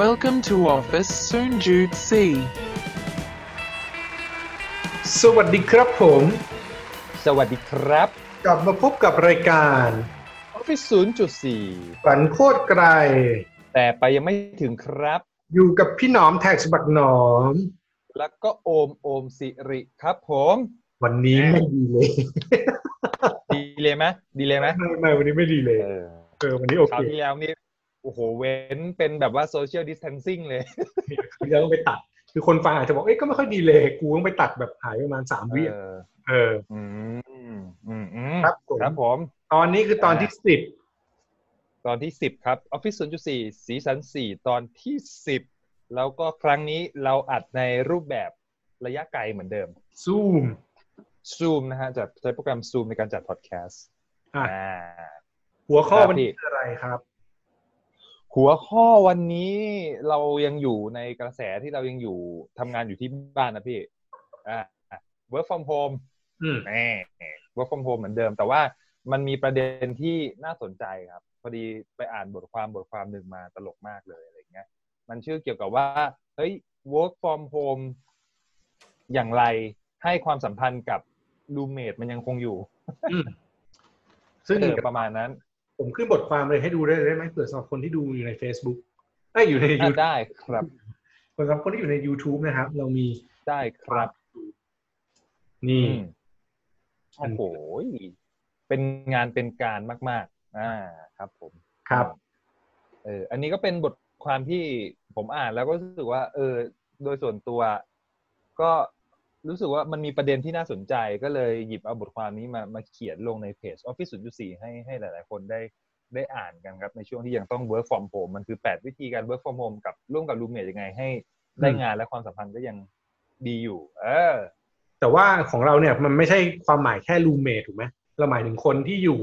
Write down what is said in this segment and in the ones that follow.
Welcome to Office Soon Jude C. สวัสดีครับผม สวัสดีครับ กลับมาพบกับรายการ Office 0.4 ฝันโคตรไกล แต่ไปยังไม่ถึงครับ อยู่กับพี่หนอมแท็กสะบักหนอม แล้วก็โอมโอมสิริครับผม วันนี้ไม่ดีเลย ดีเลยไหมดีเลยไหม ไม่ไม่วันนี้ไม่ดีเล เอย อ เออวันนี้โอ ครา เคว ที่แล้วนี่ โอ้โห เว้นเป็นแบบว่า Social Distancing เลย เดี๋ยวต้องไปตัด คือคนฟังอาจจะบอก เอ้ยก็ไม่ค่อยดีเลย กูต้องไปตัดแบบหายประมาณสามวิ เออ เออ อืมอืมอืม ครับผม ครับผม ตอนนี้คือตอนที่สิบ ตอนที่ 10 ครับ Office 0.4 สีสัน 4 ตอนที่ 10 แล้วก็ครั้งนี้เราอัดในรูปแบบระยะไกลเหมือนเดิม ซูม Zoom นะฮะจะใช้โปรแกรม Zoom ในการจัดพอดแคสต์ อ่ะ อ่า หัวข้อ ครับ วันนี้ พี่ คืออะไรครับ หัวข้อวันนี้เรายังอยู่ในกระแสที่เรายังอยู่ทำงานอยู่ที่บ้านนะพี่อ่า work from home อืม แหม่ work from home เหมือนเดิม แต่ว่ามันมีประเด็นที่น่าสนใจครับ พอดีไปอ่านบทความบทความหนึ่งมาตลกมากเลยอะไรเงี้ย มันชื่อเกี่ยวกับว่าเฮ้ย work from home อย่างไรให้ความสัมพันธ์กับ roommate มันยังคงอยู่ อืมซึ่ง เออประมาณนั้น ผมขึ้นบทความเลยให้ดูได้เลยได้ไหมเผื่อสำหรับคนที่ดูอยู่ใน Facebook เอ้ยอยู่ในยู อ่ะได้ครับ สำหรับคนที่อยู่ใน YouTube นะครับ เรามี ได้ครับ นี่ อืม โอ้โหยเป็นงานเป็นการมาก ๆ อ่า ครับผม ครับ เออ อันนี้ก็เป็นบทความที่ผมอ่านแล้วก็รู้สึกว่า เออ โดยส่วนตัว ก็รู้สึกว่ามันมีประเด็นที่น่าสนใจก็เลยหยิบเอาบทความนี้มามาเขียนลงในเพจ Office 0.4ให้ให้หลาย ๆ คนได้ได้อ่านกันครับ ในช่วงที่ยังต้อง work from home มันคือ 8 วิธีการ work from home กับร่วมกับ roommate ยังไงให้ได้งานและความสัมพันธ์ก็ยังดีอยู่ เออ แต่ว่าของเราเนี่ยมันไม่ใช่ความหมายแค่รูเมทถูกไหมเราหมายถึงคนที่อยู่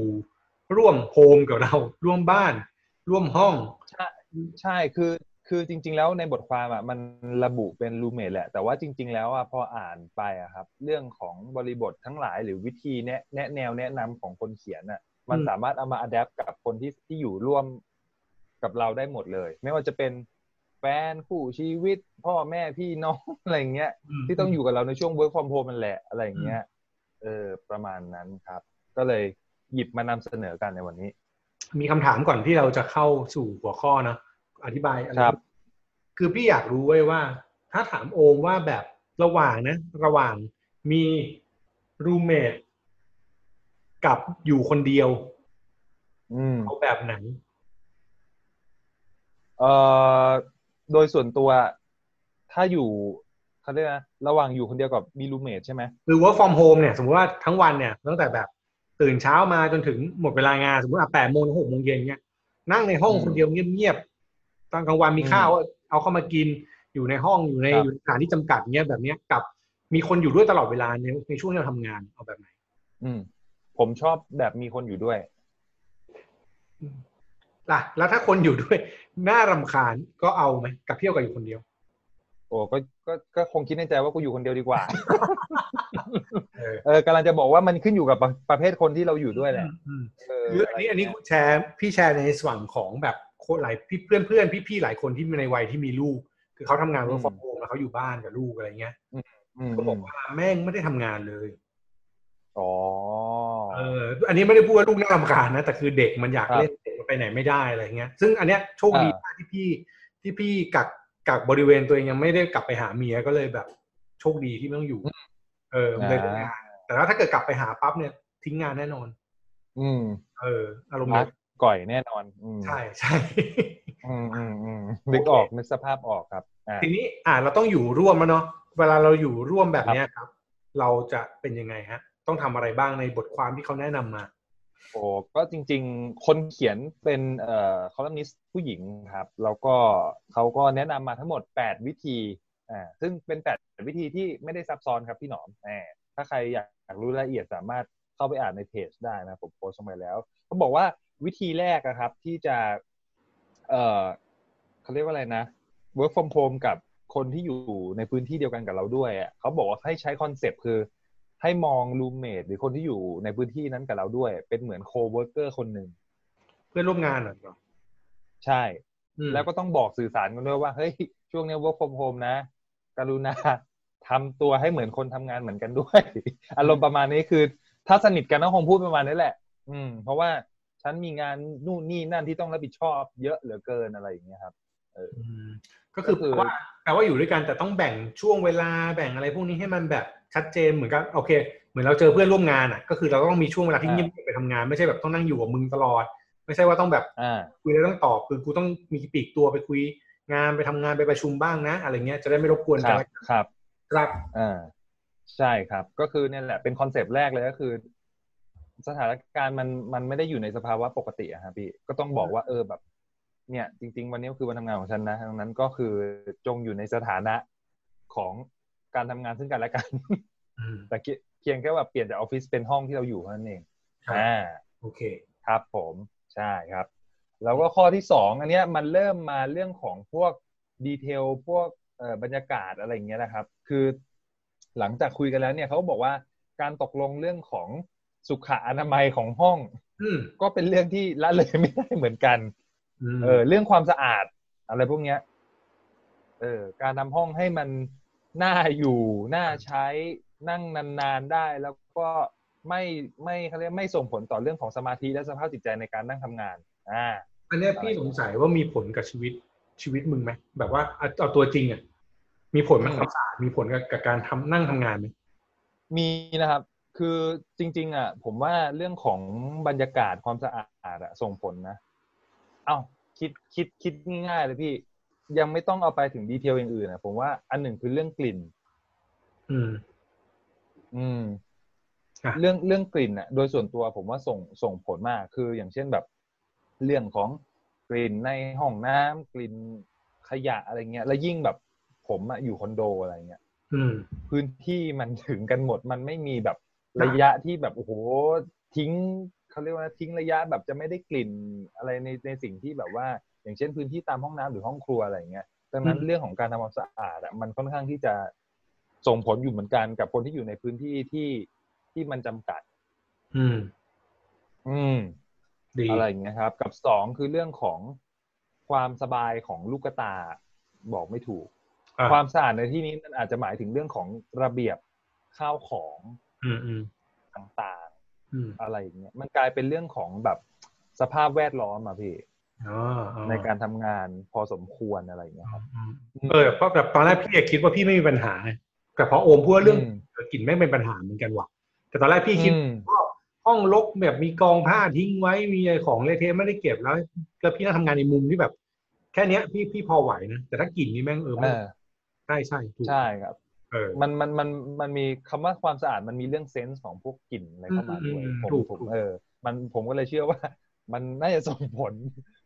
ร่วมโฮมกับเรา ร่วมบ้าน ร่วมห้อง ใช่ใช่คือคือจริง ๆ แล้วในบทความอ่ะมันระบุเป็นรูเมทแหละ แต่ว่าจริง ๆ แล้วอ่ะพออ่านไปอ่ะครับ เรื่องของบริบททั้งหลายหรือวิธีแนะแนะแนวแนะนำของคนเขียนอ่ะมัน อืม สามารถเอามาอัดแอปกับคนที่ที่อยู่ร่วมกับเราได้หมดเลย ไม่ว่าจะเป็นแฟนคู่ชีวิต พ่อแม่พี่น้อง อะไรอย่างเงี้ย ที่ต้องอยู่กับเราในช่วง work from home มันแหละอะไรอย่างเงี้ยเออประมาณนั้นครับ ก็เลยหยิบมานำเสนอกันในวันนี้ มีคำถามก่อนที่เราจะเข้าสู่หัวข้อเนอะอธิบายอะไร ครับ คือพี่อยากรู้ไว้ยว่า ถ้าถามโอมว่าแบบระหว่างนะ ระหว่างมีรูเมทกับอยู่คนเดียว อืม เอาแบบไหน เอ่อโดยส่วนตัวถ้าอยู่เขาเรียกนะระหว่างอยู่คนเดียวกับมีรูเมทใช่ไหม คือ work from home เนี่ย สมมติว่าทั้งวันเนี่ยตั้งแต่แบบตื่นเช้ามาจนถึงหมดเวลางาน สมมติอ่ะแปดโมงถึงหกโมงเย็นเนี่ย นั่งในห้องคนเดียวเงียบๆ ตอนกลางวันมีข้าวเอาเข้ามากิน อยู่ในห้องอยู่ในอยู่ในสถานที่จำกัดเงี้ยแบบเนี้ยกับมีคนอยู่ด้วยตลอดเวลาในในช่วงที่เราทำงานเอาแบบไหน อืม ผมชอบแบบมีคนอยู่ด้วย ล่ะ แล้วถ้าคนอยู่ด้วย น่ารำคาญก็เอาไหมกับเที่ยวกับอยู่คนเดียว โอ้ก็ก็ก็คงคิดในใจว่ากูอยู่คนเดียวดีกว่า เออ เออกำลังจะบอกว่ามันขึ้นอยู่กับประประเภทคนที่เราอยู่ด้วยแหละ อืม เออ คืออันนี้อันนี้คุณแชร์พี่แชร์ในส่วนของแบบคนหลายพี่เพื่อนเพื่อนพี่พี่ๆหลายคนที่ในวัยที่มีลูก คือเขาทำงาน work from home แล้วเขาอยู่บ้านกับลูกอะไรเงี้ย อืม เขาบอกว่าแม่งไม่ได้ทำงานเลย อ๋อ เอออันนี้ไม่ได้พูดว่าลูกน่ารำคาญนะแต่คือเด็กมันอยาก ครับ เล่นเด็กมันไปไหนไม่ได้อะไรเงี้ย ซึ่งอันเนี้ยโชคดีมากที่พี่ที่พี่กักกักบริเวณตัวเองยังไม่ได้กลับไปหาเมียก็เลยแบบ โชคดีที่ไม่ต้องอยู่ เออมันเลย อ่า เป็นงานแต่ว่าถ้าเกิดกลับไปหาปั๊บเนี่ยทิ้งงานแน่นอน อืม เออ อารมณ์ รั นั้ ก น ก่อยแน่นอน อืม ใช่ใช่ อืมอืมอืมนึกออกนึกสภาพออกครับอ่า ทีนี้อ่าเราต้องอยู่ร่วมแล้วเนาะเวลาเราอยู่ร่วมแบบเนี้ยครับ เราจะเป็นยังไงฮะ ต้องทำอะไรบ้างในบทความที่เขาแนะนำมา โอ้ก็จริงๆ คนเขียนเป็นเอ่อคอลัมนิสต์ผู้หญิงครับ แล้วก็เขาก็แนะนำมาทั้งหมด 8 วิธีอ่าซึ่งเป็น 8 วิธีที่ไม่ได้ซับซ้อนครับพี่หนอมแหมถ้าใครอยากอยากรู้รายละเอียดสามารถเข้าไปอ่านในเพจได้นะผมโพสต์ลงไปแล้วเขาบอกว่าวิธีแรกอะครับที่จะเอ่อเขาเรียกว่าอะไรนะ work from home กับคนที่อยู่ในพื้นที่เดียวกันกับเราด้วยอะเขาบอกว่าให้ใช้คอนเซปต์คือ ให้มองรูมเมทหรือคนที่อยู่ในพื้นที่นั้นกับเราด้วย เป็นเหมือนโคเวิร์กเกอร์คนหนึ่ง เพื่อนร่วมงานเหรอ ใช่ อืม แล้วก็ต้องบอกสื่อสารกันด้วยว่าเฮ้ยช่วงเนี้ย work from home นะ กรุณา ทำตัวให้เหมือนคนทำงานเหมือนกันด้วย อารมณ์ประมาณนี้คือ ถ้าสนิทกันก็คงพูดประมาณนี้แหละ อืม เพราะว่าฉันมีงานนู่นนี่นั่นที่ต้องรับผิดชอบเยอะเหลือเกินอะไรอย่างเงี้ยครับ อืมก็คือ ก็คือ ว่าแปลว่าอยู่ด้วยกันแต่ต้องแบ่งช่วงเวลาแบ่งอะไรพวกนี้ให้มันแบบชัดเจนเหมือนกับโอเค เหมือนเราเจอเพื่อนร่วมงานอ่ะ ก็คือเราต้องมีช่วงเวลาที่เงียบๆไปทำงาน ไม่ใช่แบบต้องนั่งอยู่กับมึงตลอด ไม่ใช่ว่าต้องแบบ อ่า คุยแล้วต้องตอบคือกูต้องมีปลีกตัวไปคุยงานไปทำงานไปประชุมบ้างนะ อะไรเงี้ยจะได้ไม่รบกวน ค กั รั น บครับ ครับ อ่าใช่ครับ ก็คือเนี่ยแหละเป็นคอนเซปต์แรกเลยก็คือ สถานการณ์มันมันไม่ได้อยู่ในสภาวะปกติอะฮะพี่ก็ต้องบอกว่าเออแบบ เนี่ย จริง ๆ วันนี้ก็คือวันทำงานของฉันนะดังนั้นก็คือจงอยู่ในสถานะของการทำงานซึ่งกันและกัน อืม แต่เพียเพียงแค่ว่าเปลี่ยนจากออฟฟิศเป็นห้องที่เราอยู่เท่านั้นเอง ครับ อ่า โอเค ครับผมใช่ครับ แล้วก็ข้อที่สองอันเนี้ยมันเริ่มมาเรื่องของพวกดีเทลพวกเอ่อบรรยากาศอะไรอย่างเงี้ยนะครับ คือหลังจากคุยกันแล้วเนี่ยเขาบอกว่าการตกลงเรื่องของสุขอนามัยของห้อง อืม ก็เป็นเรื่องที่ละเลยไม่ได้เหมือนกัน ม เออเรื่องความสะอาดอะไรพวกเนี้ยเออการทำห้องให้มันน่าอยู่น่าใช้นั่งนานๆได้แล้วก็ไม่ไม่เขาเรียกไม่ส่งผลต่อเรื่องของสมาธิและสภาพจิตใจในการนั่งทำงานอ่า อันเนี้ยพี่สงสัยว่ามีผลกับชีวิตชีวิตมึงไหมแบบว่าเอาเอาตัวจริงอ่ะมีผลไหม อืม ความสะอาดมีผลกับกับการทำนั่งทำงานไหม มีนะครับ คือจริง ๆ อ่ะ ผมว่าเรื่องของบรรยากาศความสะอาดอะส่งผลนะ เอ้าคิดคิดคิดง่ายๆเลยพี่ ยังไม่ต้องเอาไปถึงดีเทลอย่างอื่นอะผมว่าอันหนึ่งคือเรื่องกลิ่น อืม อืม อ่ะ เรื่องเรื่องกลิ่นอ่ะ โดยส่วนตัวผมว่าส่งส่งผลมาก คืออย่างเช่นแบบ เรื่องของกลิ่นในห้องน้ำกลิ่นขยะอะไรเงี้ย แล้วยิ่งแบบผมอะอยู่คอนโดอะไรเงี้ย อืม พื้นที่มันถึงกันหมดมันไม่มีแบบระยะที่แบบโอ้โหทิ้งเขาเรียกว่าทิ้งระยะแบบจะไม่ได้กลิ่นอะไรในในสิ่งที่แบบว่า อย่างเช่นพื้นที่ตามห้องน้ำหรือห้องครัวอะไรอย่างเงี้ยดังนั้น อืม เรื่องของการทำความสะอาดอะมันค่อนข้างที่จะส่งผลอยู่เหมือนกันกับคนที่อยู่ในพื้นที่ที่ที่มันจำกัด อืม อืม ดี อะไรอย่างเงี้ยครับ กับสองคือเรื่องของความสบายของลูกตาบอกไม่ถูก อ่ะ ความสะอาดในที่นี้มันอาจจะหมายถึงเรื่องของระเบียบข้าวของ อืมอืม ต่าง อืม ๆ อะไรอย่างเงี้ยมันกลายเป็นเรื่องของแบบสภาพแวดล้อมอะพี่ อ๋ออ๋อ ในการทำงานพอสมควรอะไรอย่างเงี้ยครับ อืมเออเพราะแบบตอนแรกพี่อะคิดว่าพี่ไม่มีปัญหาไงแต่พอโอมพูดว่าเรื่อง กลิ่นแม่งเป็นปัญหาเหมือนกันว่ะ แต่ตอนแรกพี่คิด อืม ว่าห้องรกแบบมีกองผ้าทิ้งไว้มีอะไรของเละเทะไม่ได้เก็บแล้วแล้วพี่น่าทำงานในมุมที่แบบ แค่เนี้ยพี่พี่พอไหวนะแต่ถ้ากลิ่นนี่แม่งเออ เอ ไม่ อ ใช่ใช่ถูก ใช่ครับ เออ มันมันมันมันมีคำว่าความสะอาดมันมีเรื่องเซนส์ของพวกกลิ่นอะไรเข้ามาด้วย อืม ผม ถูก ผม ถูก เออ มันผมก็เลยเชื่อว่า มันน่าจะส่งผล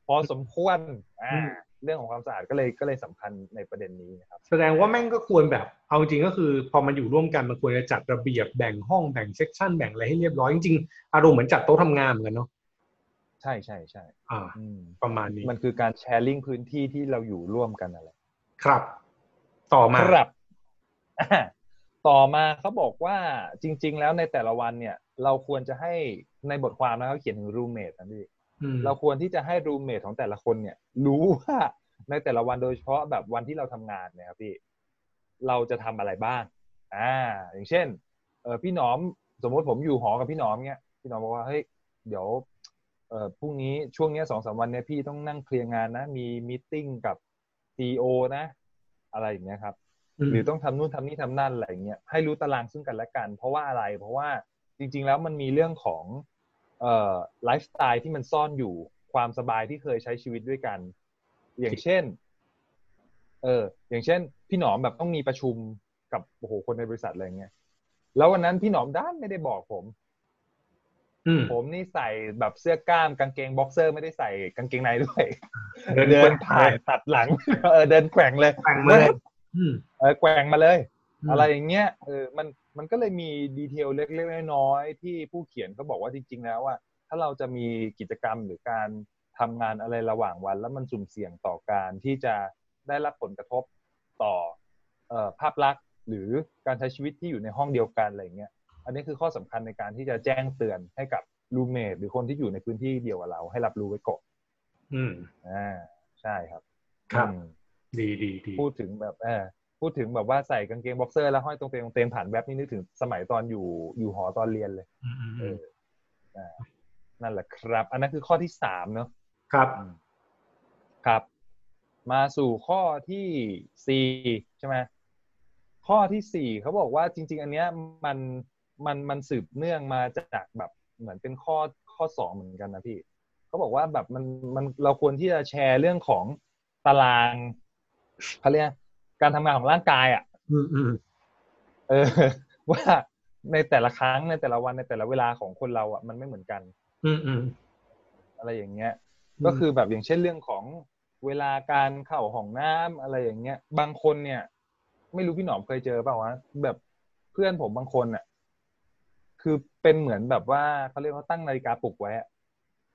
พอสมควรอ่าเรื่องของความสะอาดก็เลยก็เลยสำคัญในประเด็นนี้นะครับ แสดงว่าแม่งก็ควรแบบ เอาจริงก็คือ พอมันอยู่ร่วมกันมันควรจะจัดระเบียบแบ่งห้องแบ่งเซกชันแบ่งอะไรให้เรียบร้อยจริงๆอารมณ์เหมือนจัดโต๊ะทำงานเหมือนกันเนาะ ใช่ใช่ใช่ อ่า อืม ประมาณนี้ มันคือการแชร์ลิงพื้นที่ที่เราอยู่ร่วมกันอะไร ครับ ต่อมา ครับ อ่าต่อมาเขาบอกว่าจริง ๆ แล้วในแต่ละวันเนี่ย เราควรจะให้ในบทความนะเขาเขียนถึงรูเมทนะพี่ อืม เราควรที่จะให้รูเมทของแต่ละคนเนี่ย รู้ว่าในแต่ละวันโดยเฉพาะแบบวันที่เราทำงานเนี่ยครับพี่เราจะทำอะไรบ้างอ่าอย่างเช่นเออพี่หนอมสมมติผมอยู่หอกับพี่หนอมเนี่ยพี่หนอมบอกว่าเฮ้ยเดี๋ยวเออพรุ่งนี้ช่วงเนี้ยสองสามวันเนี่ยพี่ต้องนั่งเคลียร์งานนะ มีมีติ้งกับซีโอนะ อะไรอย่างเงี้ยครับ หรือต้องทำนู่นทำนี่ทำนั่นอะไรอย่างเงี้ยให้รู้ตารางซึ่งกันและกัน เพราะว่าอะไร เพราะว่าจริง ๆ แล้วมันมีเรื่องของเอ่อไลฟ์สไตล์ที่มันซ่อนอยู่ความสบายที่เคยใช้ชีวิตด้วยกัน อย่างเช่น เออ อย่างเช่น พี่หนอมแบบต้องมีประชุมกับโอ้โหคนในบริษัทอะไรอย่างเงี้ยแล้ววันนั้นพี่หนอมด้านไม่ได้บอกผม อืม ผมนี่ใส่แบบเสื้อกล้ามกางเกงบ็อกเซอร์ ไม่ได้ใส่กางเกงในด้วย เดิน เดิ เดิ น น ผ่านตัดหลังเออเดินแกว่งเลย แต่งมาเลยอืม เออแกว่งมาเลย อะไรอย่างเงี้ยเออมันมันก็เลยมีดีเทลเล็กๆน้อยๆที่ผู้เขียนก็บอกว่าจริง ๆ แล้วว่า ถ้าเราจะมีกิจกรรมหรือการทำงานอะไรระหว่างวัน แล้วมันสุ่มเสี่ยงต่อการที่จะได้รับผลกระทบต่อเอ่อภาพลักษณ์ หรือการใช้ชีวิตที่อยู่ในห้องเดียวกันอะไรอย่างเงี้ยอันนี้คือข้อสำคัญในการที่จะแจ้งเตือนให้กับรูเมทหรือคนที่อยู่ในพื้นที่เดียวกับเราให้รับรู้ไว้ก่อน อืม อ่าใช่ครับ ครับ อืม ดีดีดี พูดถึงแบบเออพูดถึงแบบว่าใส่กางเกงบ็อกเซอร์แล้วห้อยตรงเตงตรงเตงผ่านแว็บนี่นึกถึงสมัยตอนอยู่อยู่หอตอนเรียนเลย อืมอืม เอ อืม ออ่านั่นแหละครับ อันนั้นคือข้อที่สามเนาะ ครับ อืมครับ มาสู่ข้อที่สี่ใช่ไหมข้อที่สี่เขาบอกว่าจริง ๆ อันเนี้ยมันมันมันสืบเนื่องมาจากแบบเหมือนเป็นข้อข้อสองเหมือนกันนะพี่เขาบอกว่าแบบมันมันเราควรที่จะแชร์เรื่องของตารางเขาเรียกการทำงานของร่างกายอ่ะ อืมอืม เอ อ ว่าในแต่ละครั้งในแต่ละวันในแต่ละเวลาของคนเราอ่ะมันไม่เหมือนกัน อืมอืม อะไรอย่างเงี้ย อืม ก็คือแบบอย่างเช่นเรื่องของเวลาการเข้าห้องน้ำอะไรอย่างเงี้ย บางคนเนี่ย ไม่รู้พี่หนอมเคยเจอเปล่าวะแบบเพื่อนผมบางคนอ่ะ คือเป็นเหมือนแบบว่าเขาเรียกว่าตั้งนาฬิกาปลุกไว้อะ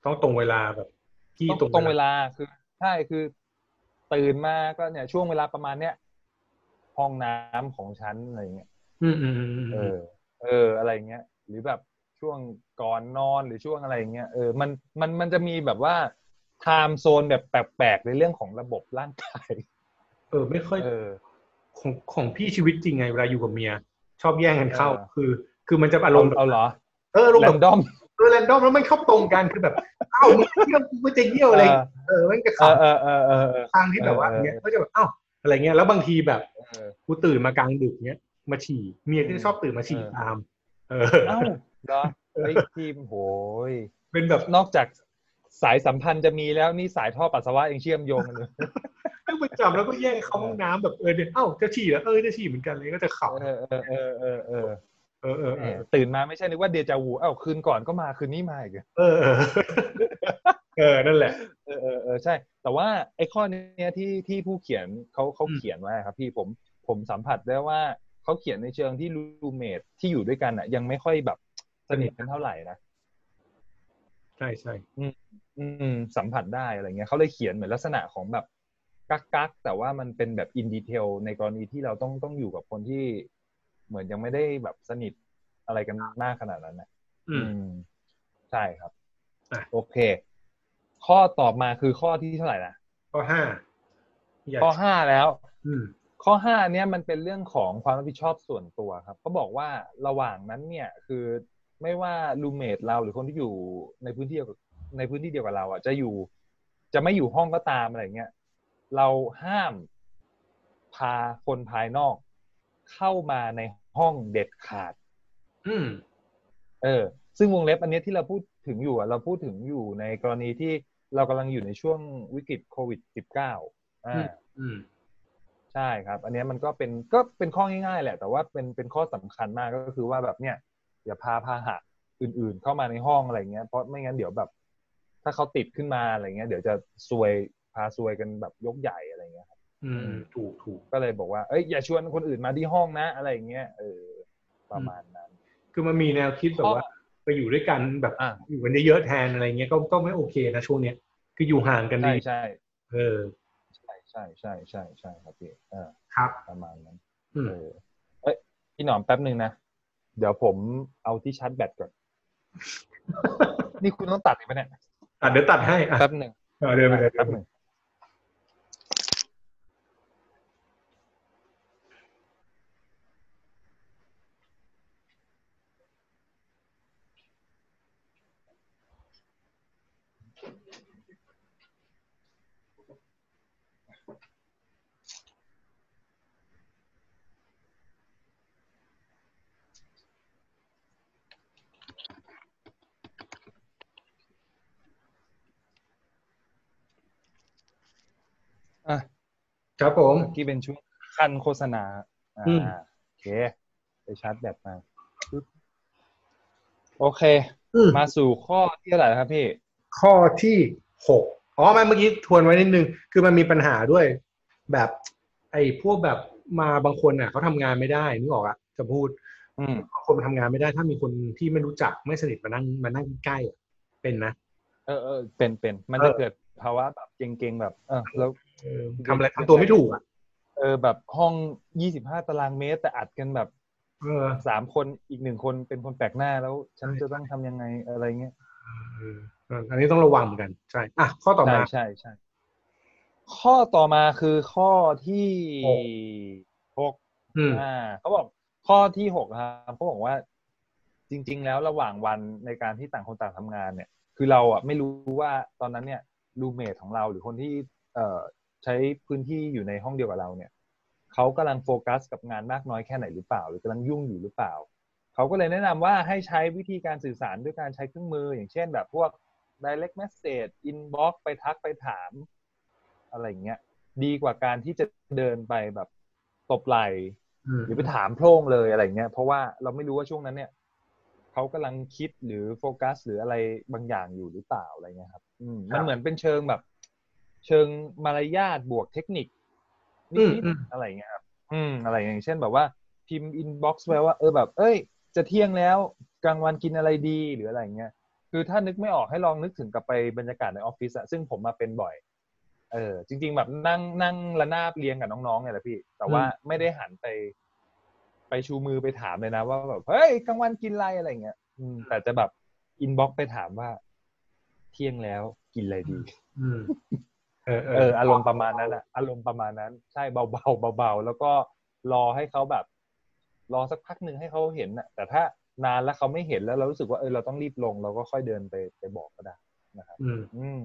ต้องตรงเวลาแบบที่ ต้องตรงเวลาคือใช่คือ ตื่นมาก็เนี่ย ช่วงเวลาประมาณเนี้ยห้องน้ำของฉันอะไรอย่างเงี้ย อืมอืมอืมอืม เออ เออ อะไรอย่างเงี้ย หรือแบบช่วงก่อนนอนหรือช่วงอะไรอย่างเงี้ย เออ มัน มัน มันจะมีแบบว่าไทม์โซนแบบแปลกๆในเรื่องของระบบร่างกาย เออ ไม่ค่อย เออ ของของพี่ชีวิตจริงไงเวลาอยู่กับเมีย ชอบแย่งกันเข้า เออ คือ คือมันจะอา เอา รมณ์แบบ เอาเหรอ เอออารมณ์ แร แบ น บ ดอม เออแรนดอมแล้วมันเข้าตรงกันคือแบบเอ้ามึงเที่ยวกูก็จะเยี่ยวอะไรเออมันจะ เอ ขับ อเออเออเออเออ ทางที่แบบว่า เออ เนี่ยก็จะแบบเอ้าอะไรเงี้ยแล้วบางทีแบบ เออ กูตื่นมากลางดึกเนี้ยมาฉี่เมียก็จะชอบตื่นมาฉี่ เออ ตาม เอ เอ้า อ เหรอไอ้ยทีมโหย เป็นแบบ นอกจากสายสัมพันธ์จะมีแล้วนี่สายท่อปัสสาวะยังเชื่อมโยงกันเลย เรื่องประจำแล้วก็แย่งเข้าห้องน้ำแบบเออเนี่ยเอ้าจะฉี่แล้วเออจะฉี่เหมือนกันเลยก็จะขับ เออเออเออเออเออ เออเออ แห เอ ม่ อ ตื่นมาไม่ใช่นึกว่าเดจาวูเอ้าคืนก่อนก็มาคืนนี้มาอีกเหรอ เออเออเออนั่นแหละ เออเออเออใช่ แต่ว่าไอ้ข้อเนี้ยที่ที่ผู้เขียนเขาเขาเขียนไว้ครับพี่ผมผมสัมผัสได้ว่าเขาเขียนในเชิงที่รูเมทที่อยู่ด้วยกันอ่ะ ยังไม่ค่อยแบบสนิทกันเท่าไหร่นะ ใช่ใช่ อืม สัมผัสได้อะไรเงี้ยเขาเลยเขียนเหมือนลักษณะของแบบกักกักๆแต่ว่ามันเป็นแบบอินดีเทลในกรณีที่เราต้องต้องอยู่กับคนที่ เหมือนยังไม่ได้แบบสนิทอะไรกันมากขนาดนั้นนะ อืม อืมใช่ครับ อ่ะ โอเค ข้อต่อมาคือข้อที่เท่าไหร่นะ ข้อห้าอย่า ข้อห้าแล้ว อืม ข้อห้าเนี่ยมันเป็นเรื่องของความรับผิดชอบส่วนตัวครับเขาบอกว่าระหว่างนั้นเนี่ยคือไม่ว่ารูเมทเราหรือคนที่อยู่ในพื้นที่เดียวกับในพื้นที่เดียวกับเราอ่ะจะอยู่ จะไม่อยู่ห้องก็ตามอะไรเงี้ยเราห้ามพาคนภายนอก เข้ามาในห้องเด็ดขาด อืม เออซึ่งวงเล็บอันเนี้ยที่เราพูดถึงอยู่อะเราพูดถึงอยู่ในกรณีที่เรากำลังอยู่ในช่วงวิกฤตโควิด -19 อ่า อืม ใช่ครับ อันเนี้ยมันก็เป็นก็เป็นข้อง่ายๆแหละ แต่ว่าเป็นเป็นข้อสำคัญมากก็คือว่าแบบเนี่ย อย่าพาพาหะอื่นๆ เข้ามาในห้องอะไรเงี้ยเพราะไม่งั้นเดี๋ยวแบบ ถ้าเขาติดขึ้นมาอะไรเงี้ยเดี๋ยวจะซวยพาซวยกันแบบยกใหญ่อะไรเงี้ยครับ อืม ถูกถูก ก็เลยบอกว่าเอ้ยอย่าชวนคนอื่นมาที่ห้องนะอะไรอย่างเงี้ยเออประมาณนั้น คือมันมีแนวคิดแบบว่า ไปอยู่ด้วยกันแบบ อ่า อยู่กันเยอะๆแทนอะไรเงี้ยก็ก็ไม่โอเคนะช่วงเนี้ย คืออยู่ห่างกัน ใช่ ดี ใช่ เออ ใช่ใช่ใช่ใช่ใช่ครับพี่อ่า ครับ ประมาณนั้น อืม เออเอ้ย พี่หนอมแป๊บหนึ่งนะ เดี๋ยวผมเอาที่ชาร์จแบตก่อน นี่คุณต้องตัดอีกไหมเนี่ย อ่ะเดี๋ยวตัดให้อ่ะ แป๊บหนึ่ง อ่ะเดินไปเลย แป๊บหนึ่งอ่ะ ครับผม เมื่อกี้เป็นช่วงคันโฆษณา อ่า อืม โอเค ไปชาร์จแบตมาปึ๊บโอเค อืม มาสู่ข้อที่อะไหรครับพี่ ข้อที่หกอ๋อไม่เมื่อกี้ทวนไว้นิดนึง คือมันมีปัญหาด้วย แบบ ไอ้พวกแบบมาบางคนอ่ะเขาทำงานไม่ได้นึกออกอะจะพูด อืม บางคนทำงานไม่ได้ถ้ามีคนที่ไม่รู้จักไม่สนิทมานั่งมานั่งใกล้ๆอะเป็นนะ เออเออเป็นเป็น มัน เออ จะเกิดภาวะแบบเก่งๆแบบ เออแล้ว เออทำอะไรทำตัวไม่ถูกอ่ะ เออ แบบห้องยี่สิบห้าตารางเมตรแต่อัดกันแบบ เออ สามคนอีกหนึ่งคนเป็นคนแปลกหน้าแล้ว ฉันจะต้องทำยังไงอะไรเงี้ย เอออันนี้ต้องระวังเหมือนกันใช่อ่ะข้อต่อ ใช่ มา ใช่ใช่ ข้อต่อมาคือข้อที่ หก หก อืม อ่าเขาบอกข้อที่หกครับเขาบอกว่า จริง ๆ แล้วระหว่างวันในการที่ต่างคนต่างทำงานเนี่ย คือเราอ่ะไม่รู้ว่าตอนนั้นเนี่ยรูเมทของเราหรือคนที่เอ่อใช้พื้นที่อยู่ในห้องเดียวกับเราเนี่ยเขากำลังโฟกัสกับงานมากน้อยแค่ไหนหรือเปล่า หรือกำลังยุ่งอยู่หรือเปล่า เขาก็เลยแนะนำว่าให้ใช้วิธีการสื่อสารด้วยการใช้เครื่องมือ อย่างเช่นแบบพวก direct message inbox ไปทักไปถาม อะไรอย่างเงี้ยดีกว่าการที่จะเดินไปแบบตบไหล อืม หรือไปถามโพร่งเลยอะไรเงี้ยเพราะว่าเราไม่รู้ว่าช่วงนั้นเนี่ยเขากำลังคิดหรือโฟกัส หรืออะไรบางอย่างอยู่หรือเปล่าอะไรเงี้ยครับ อืมมันเหมือนเป็นเชิงแบบ เชิงมารยาทบวกเทคนิคนิด อืมอืม ๆอะไรเงี้ยครับอืม อะไรอย่างเช่นแบบว่า พิมพ์อินบ็อกซ์ไว้ว่าเออแบบ เอ้ย จะเที่ยงแล้วกลางวันกินอะไรดีหรืออะไรเงี้ย คือถ้านึกไม่ออกให้ลองนึกถึงกลับไปบรรยากาศในออฟฟิศอะซึ่งผมมาเป็นบ่อย เออ จริง ๆ แบบนั่งนั่งระนาบเรียงกับน้องๆเนี่ยแหละพี่ แต่ว่าไม่ได้หันไป ไปชูมือไปถามเลยนะ ว่าแบบเฮ้ยกลางวันกินอะไรอะไรเงี้ยอืมแต่จะแบบอินบ็อกไปถามว่า เที่ยงแล้วกินอะไรดี อืมเออเอ เอ อ ออารมณ์ประมาณนั้นอะอารมณ์ประมาณนั้น ใช่เบาๆเบาๆแล้วก็รอให้เขาแบบ รอสักพักหนึ่งให้เขาเห็นอะแต่ถ้านานแล้วเขาไม่เห็นแล้วเรารู้สึกว่าเออเราต้องรีบลง เราก็ค่อยเดินไปไปบอกก็ได้ อืม อืม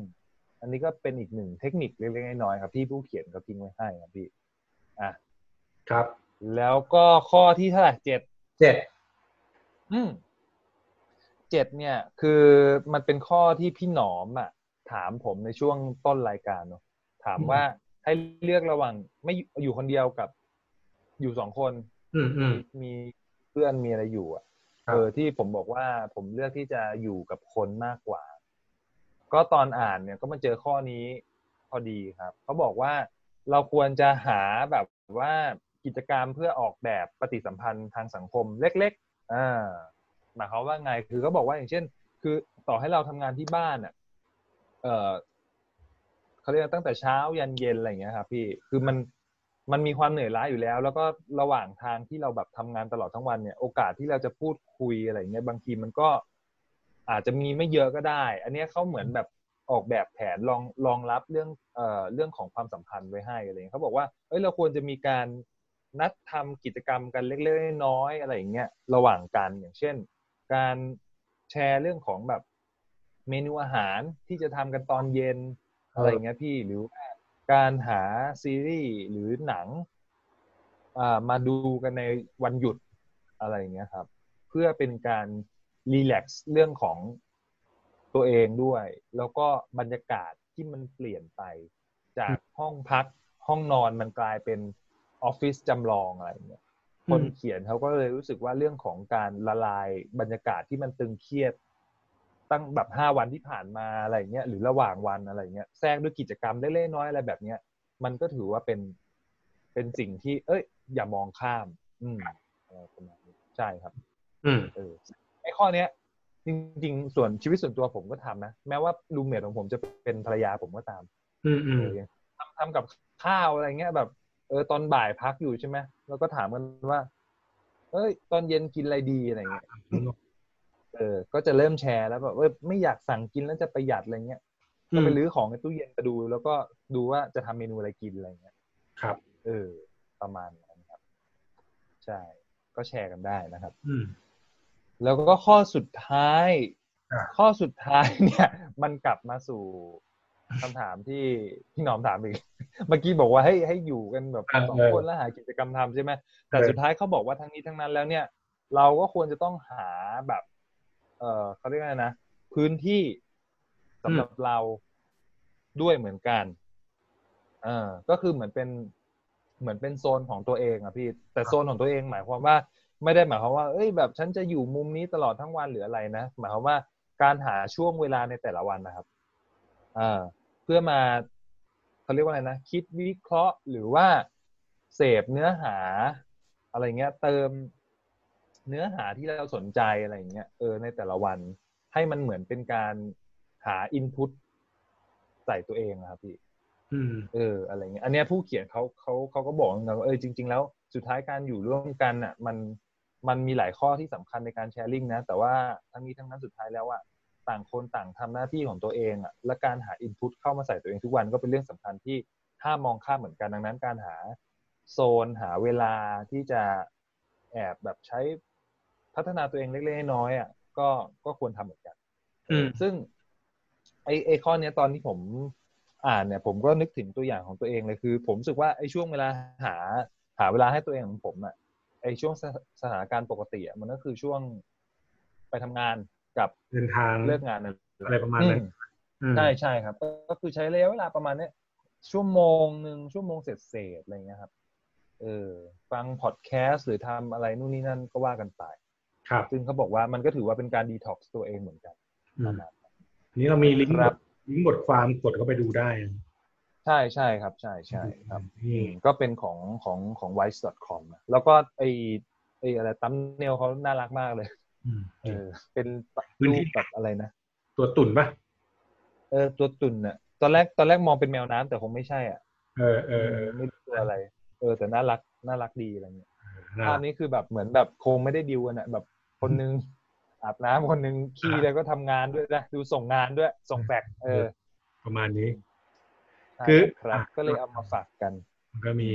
อันนี้ก็เป็นอีกหนึ่งเทคนิคเล็กๆน้อยๆครับที่ผู้เขียนเขาทิ้งไว้ให้ครับพี่ อ่ะ ครับ แล้วก็ข้อที่เท่าไหร่เจ็ด เจ็ด อืมเจ็ดเนี่ย คือมันเป็นข้อที่พี่หนอมอ่ะ ถามผมในช่วงต้นรายการเนอะถามว่าให้เลือกระหว่างไม่อยู่อยู่คนเดียวกับ อยู่สองคน อืมอืม มีเพื่อนมีอะไรอยู่อ่ะ ครับ เออที่ผมบอกว่าผมเลือกที่จะอยู่กับคนมากกว่า ก็ตอนอ่านเนี่ยก็มาเจอข้อนี้พอดีครับเขาบอกว่าเราควรจะหาแบบว่ากิจกรรมเพื่อออกแบบปฏิสัมพันธ์ทางสังคมเล็ก ๆ อ่าหมายความว่าไงคือก็บอกว่าอย่างเช่น คือต่อให้เราทำงานที่บ้านอ่ะเออเขาเรียกว่าตั้งแต่เช้ายันเย็นอะไรอย่างเงี้ยครับพี่คือมันมันมีความเหนื่อยล้าอยู่แล้ว แล้วก็ระหว่างทางที่เราแบบทำงานตลอดทั้งวันเนี่ย โอกาสที่เราจะพูดคุยอะไรเงี้ยบางทีมันก็ อาจจะมีไม่เยอะก็ได้ อันเนี้ยเขาเหมือนแบบออกแบบแผนรองรองรับเรื่องเอ่อเรื่องของความสัมพันธ์ไว้ให้อะไรเงี้ยเขาบอกว่าเอ้ยเราควรจะมีการ นัดทำกิจกรรมกันเล็กๆน้อยๆอะไรอย่างเงี้ยระหว่างกันอย่างเช่น การแชร์เรื่องของแบบเมนูอาหารที่จะทำกันตอนเย็นอะไรอย่างเงี้ยพี่หรือว่าการหาซีรีส์หรือหนังอ่ามาดูกันในวันหยุดอะไรอย่างเงี้ยครับ เพื่อเป็นการรีแลกซ์เรื่องของตัวเองด้วย แล้วก็บรรยากาศที่มันเปลี่ยนไป จากห้องพักห้องนอนมันกลายเป็นออฟฟิศจำลองอะไรอย่างเงี้ย คนเขียนเขาก็เลยรู้สึกว่าเรื่องของการละลายบรรยากาศที่มันตึงเครียด ตั้งแบบห้าวันที่ผ่านมาอะไรอย่างเงี้ยหรือระหว่างวันอะไรอย่างเงี้ยแทรกด้วยกิจกรรมเล็กๆน้อยๆอะไรแบบเนี้ย มันก็ถือว่าเป็นเป็นสิ่งที่ เอ้ย อย่ามองข้าม อืมอะไรประมาณนี้ใช่ครับ อืม เออไอข้อเนี้ย จริงๆ ส่วนชีวิตส่วนตัวผมก็ทำนะ แม้ว่ารูมเมทของผมจะเป็นภรรยาผมก็ตาม อืมอืม เออยังทำทำกับข้าวอะไรเงี้ยแบบเออตอนบ่ายพักอยู่ใช่ไหมแล้วก็ถามกันว่า เอ้ย ตอนเย็นกินอะไรดีอะไรเงี้ยเออ ก็จะเริ่มแชร์แล้วแบบเอยไม่อยากสั่งกินแล้วจะประหยัดอะไรเงี้ยก็ไปรื้อของในตู้เย็นมาดู แล้วก็ดูว่าจะทำเมนูอะไรกินอะไรเงี้ย ครับ เออ ประมาณนั้นครับ ใช่ ก็แชร์กันได้นะครับ อืม แล้วก็ข้อสุดท้าย อ่า ข้อสุดท้ายเนี่ย มันกลับมาสู่คำถามที่พี่หนอมถามอีก เมื่อกี้บอกว่าให้ให้อยู่กันแบบ เออ สองคนแล้วหากิจกรรมทำใช่ไหมแต่ เออ สุดท้ายเขาบอกว่าทั้งนี้ทั้งนั้นแล้วเนี่ย เราก็ควรจะต้องหาแบบ เออเขาเรียกว่าไงนะ พื้นที่สำหรับเราด้วยเหมือนกัน เออก็คือเหมือนเป็นเหมือนเป็นโซนของตัวเองอะพี่ แต่โซนของตัวเองหมายความว่า ไม่ได้หมายความว่า เอ้ย แบบฉันจะอยู่มุมนี้ตลอดทั้งวันหรืออะไรนะ หมายความว่าการหาช่วงเวลาในแต่ละวันนะครับเอ่อเพื่อมาเขาเรียกว่าอะไรนะ คิดวิเคราะห์หรือว่าเสพเนื้อหา อะไรเงี้ย เติมเนื้อหาที่เราสนใจอะไรเงี้ย เออ ในแต่ละวัน ให้มันเหมือนเป็นการหาอินพุตใส่ตัวเองนะครับพี่ อืม เอออะไรเงี้ยอันเนี้ยผู้เขียนเขาเขาเขาก็บอกนะว่าเออจริง ๆ แล้วสุดท้ายการอยู่ร่วมกันอ่ะ มันมันมีหลายข้อที่สำคัญในการแชร์ลิงก์นะ แต่ว่าทั้งนี้ทั้งนั้นสุดท้ายแล้วอ่ะต่างคนต่างทำหน้าที่ของตัวเองอ่ะและการหาอินพุตเข้ามาใส่ตัวเองทุกวันก็เป็นเรื่องสำคัญที่ ห้ามมองข้ามเหมือนกันดังนั้นการหาโซนหาเวลาที่จะแอบแบบใช้พัฒนาตัวเองเล็กๆน้อยๆอ่ะก็ก็ควรทำเหมือนกัน อืม ซึ่งไอไอข้อเนี้ยตอนที่ผมอ่านเนี่ย ผมก็นึกถึงตัวอย่างของตัวเองเลยคือ ผมรู้สึกว่าไอช่วงเวลาหาหาเวลาให้ตัวเองของผมอะไอช่วงสถสถานการณ์ปกติอะมันก็คือช่วงไปทำงานกับ เดินทาง เลิกงานนั่นแหล อะไรประมาณนั้น อื อืม ใช่ใช่ครับ ก็คือใช้ระยะเวลาประมาณเนี้ยชั่วโมงหนึ่งชั่วโมงเศษเศษๆอะไรเงี้ยครับเออฟังพอดแคสต์หรือทำอะไรนู่นนี่นั่นก็ว่ากันไป ครับ ซึ่งเขาบอกว่ามันก็ถือว่าเป็นการดีท็อกซ์ตัวเองเหมือนกัน อืมอันนี้เรามีลิงก์ ครับ ลิงก์บทความกดเข้าไปดูได้ ใช่ใช่ครับ ใช่ใช่ครับ นี่ ก็เป็นของของของ wise.com นะแล้วก็ไอไออะไรตั้มเนลเขาน่ารักมากเลย อืม เออเป็น พื้น รู ที่ ปแบบอะไรนะ ตัวตุ่นปะ เออตัวตุ่นน่ะตอนแรกตอนแรกมองเป็นแมวน้ำแต่คงไม่ใช่อ่ะ เออเออเออ ไม่รู้ตัวอะไร เออแต่น่ารักน่ารักดีอะไรเงี้ย น่า ภา รั พ ก นี้คือแบบเหมือนแบบคงไม่ได้ดิวกันอ่ะแบบคน นึงอาบน้ำคนนึงขี้แล้วก็ทำงานด้วยนะดูส่งงานด้วยส่งแฟกซ์เออ ประมาณนี้ ใช่ คือ ครับ ก็เลยเอามาฝากกัน มันก็มี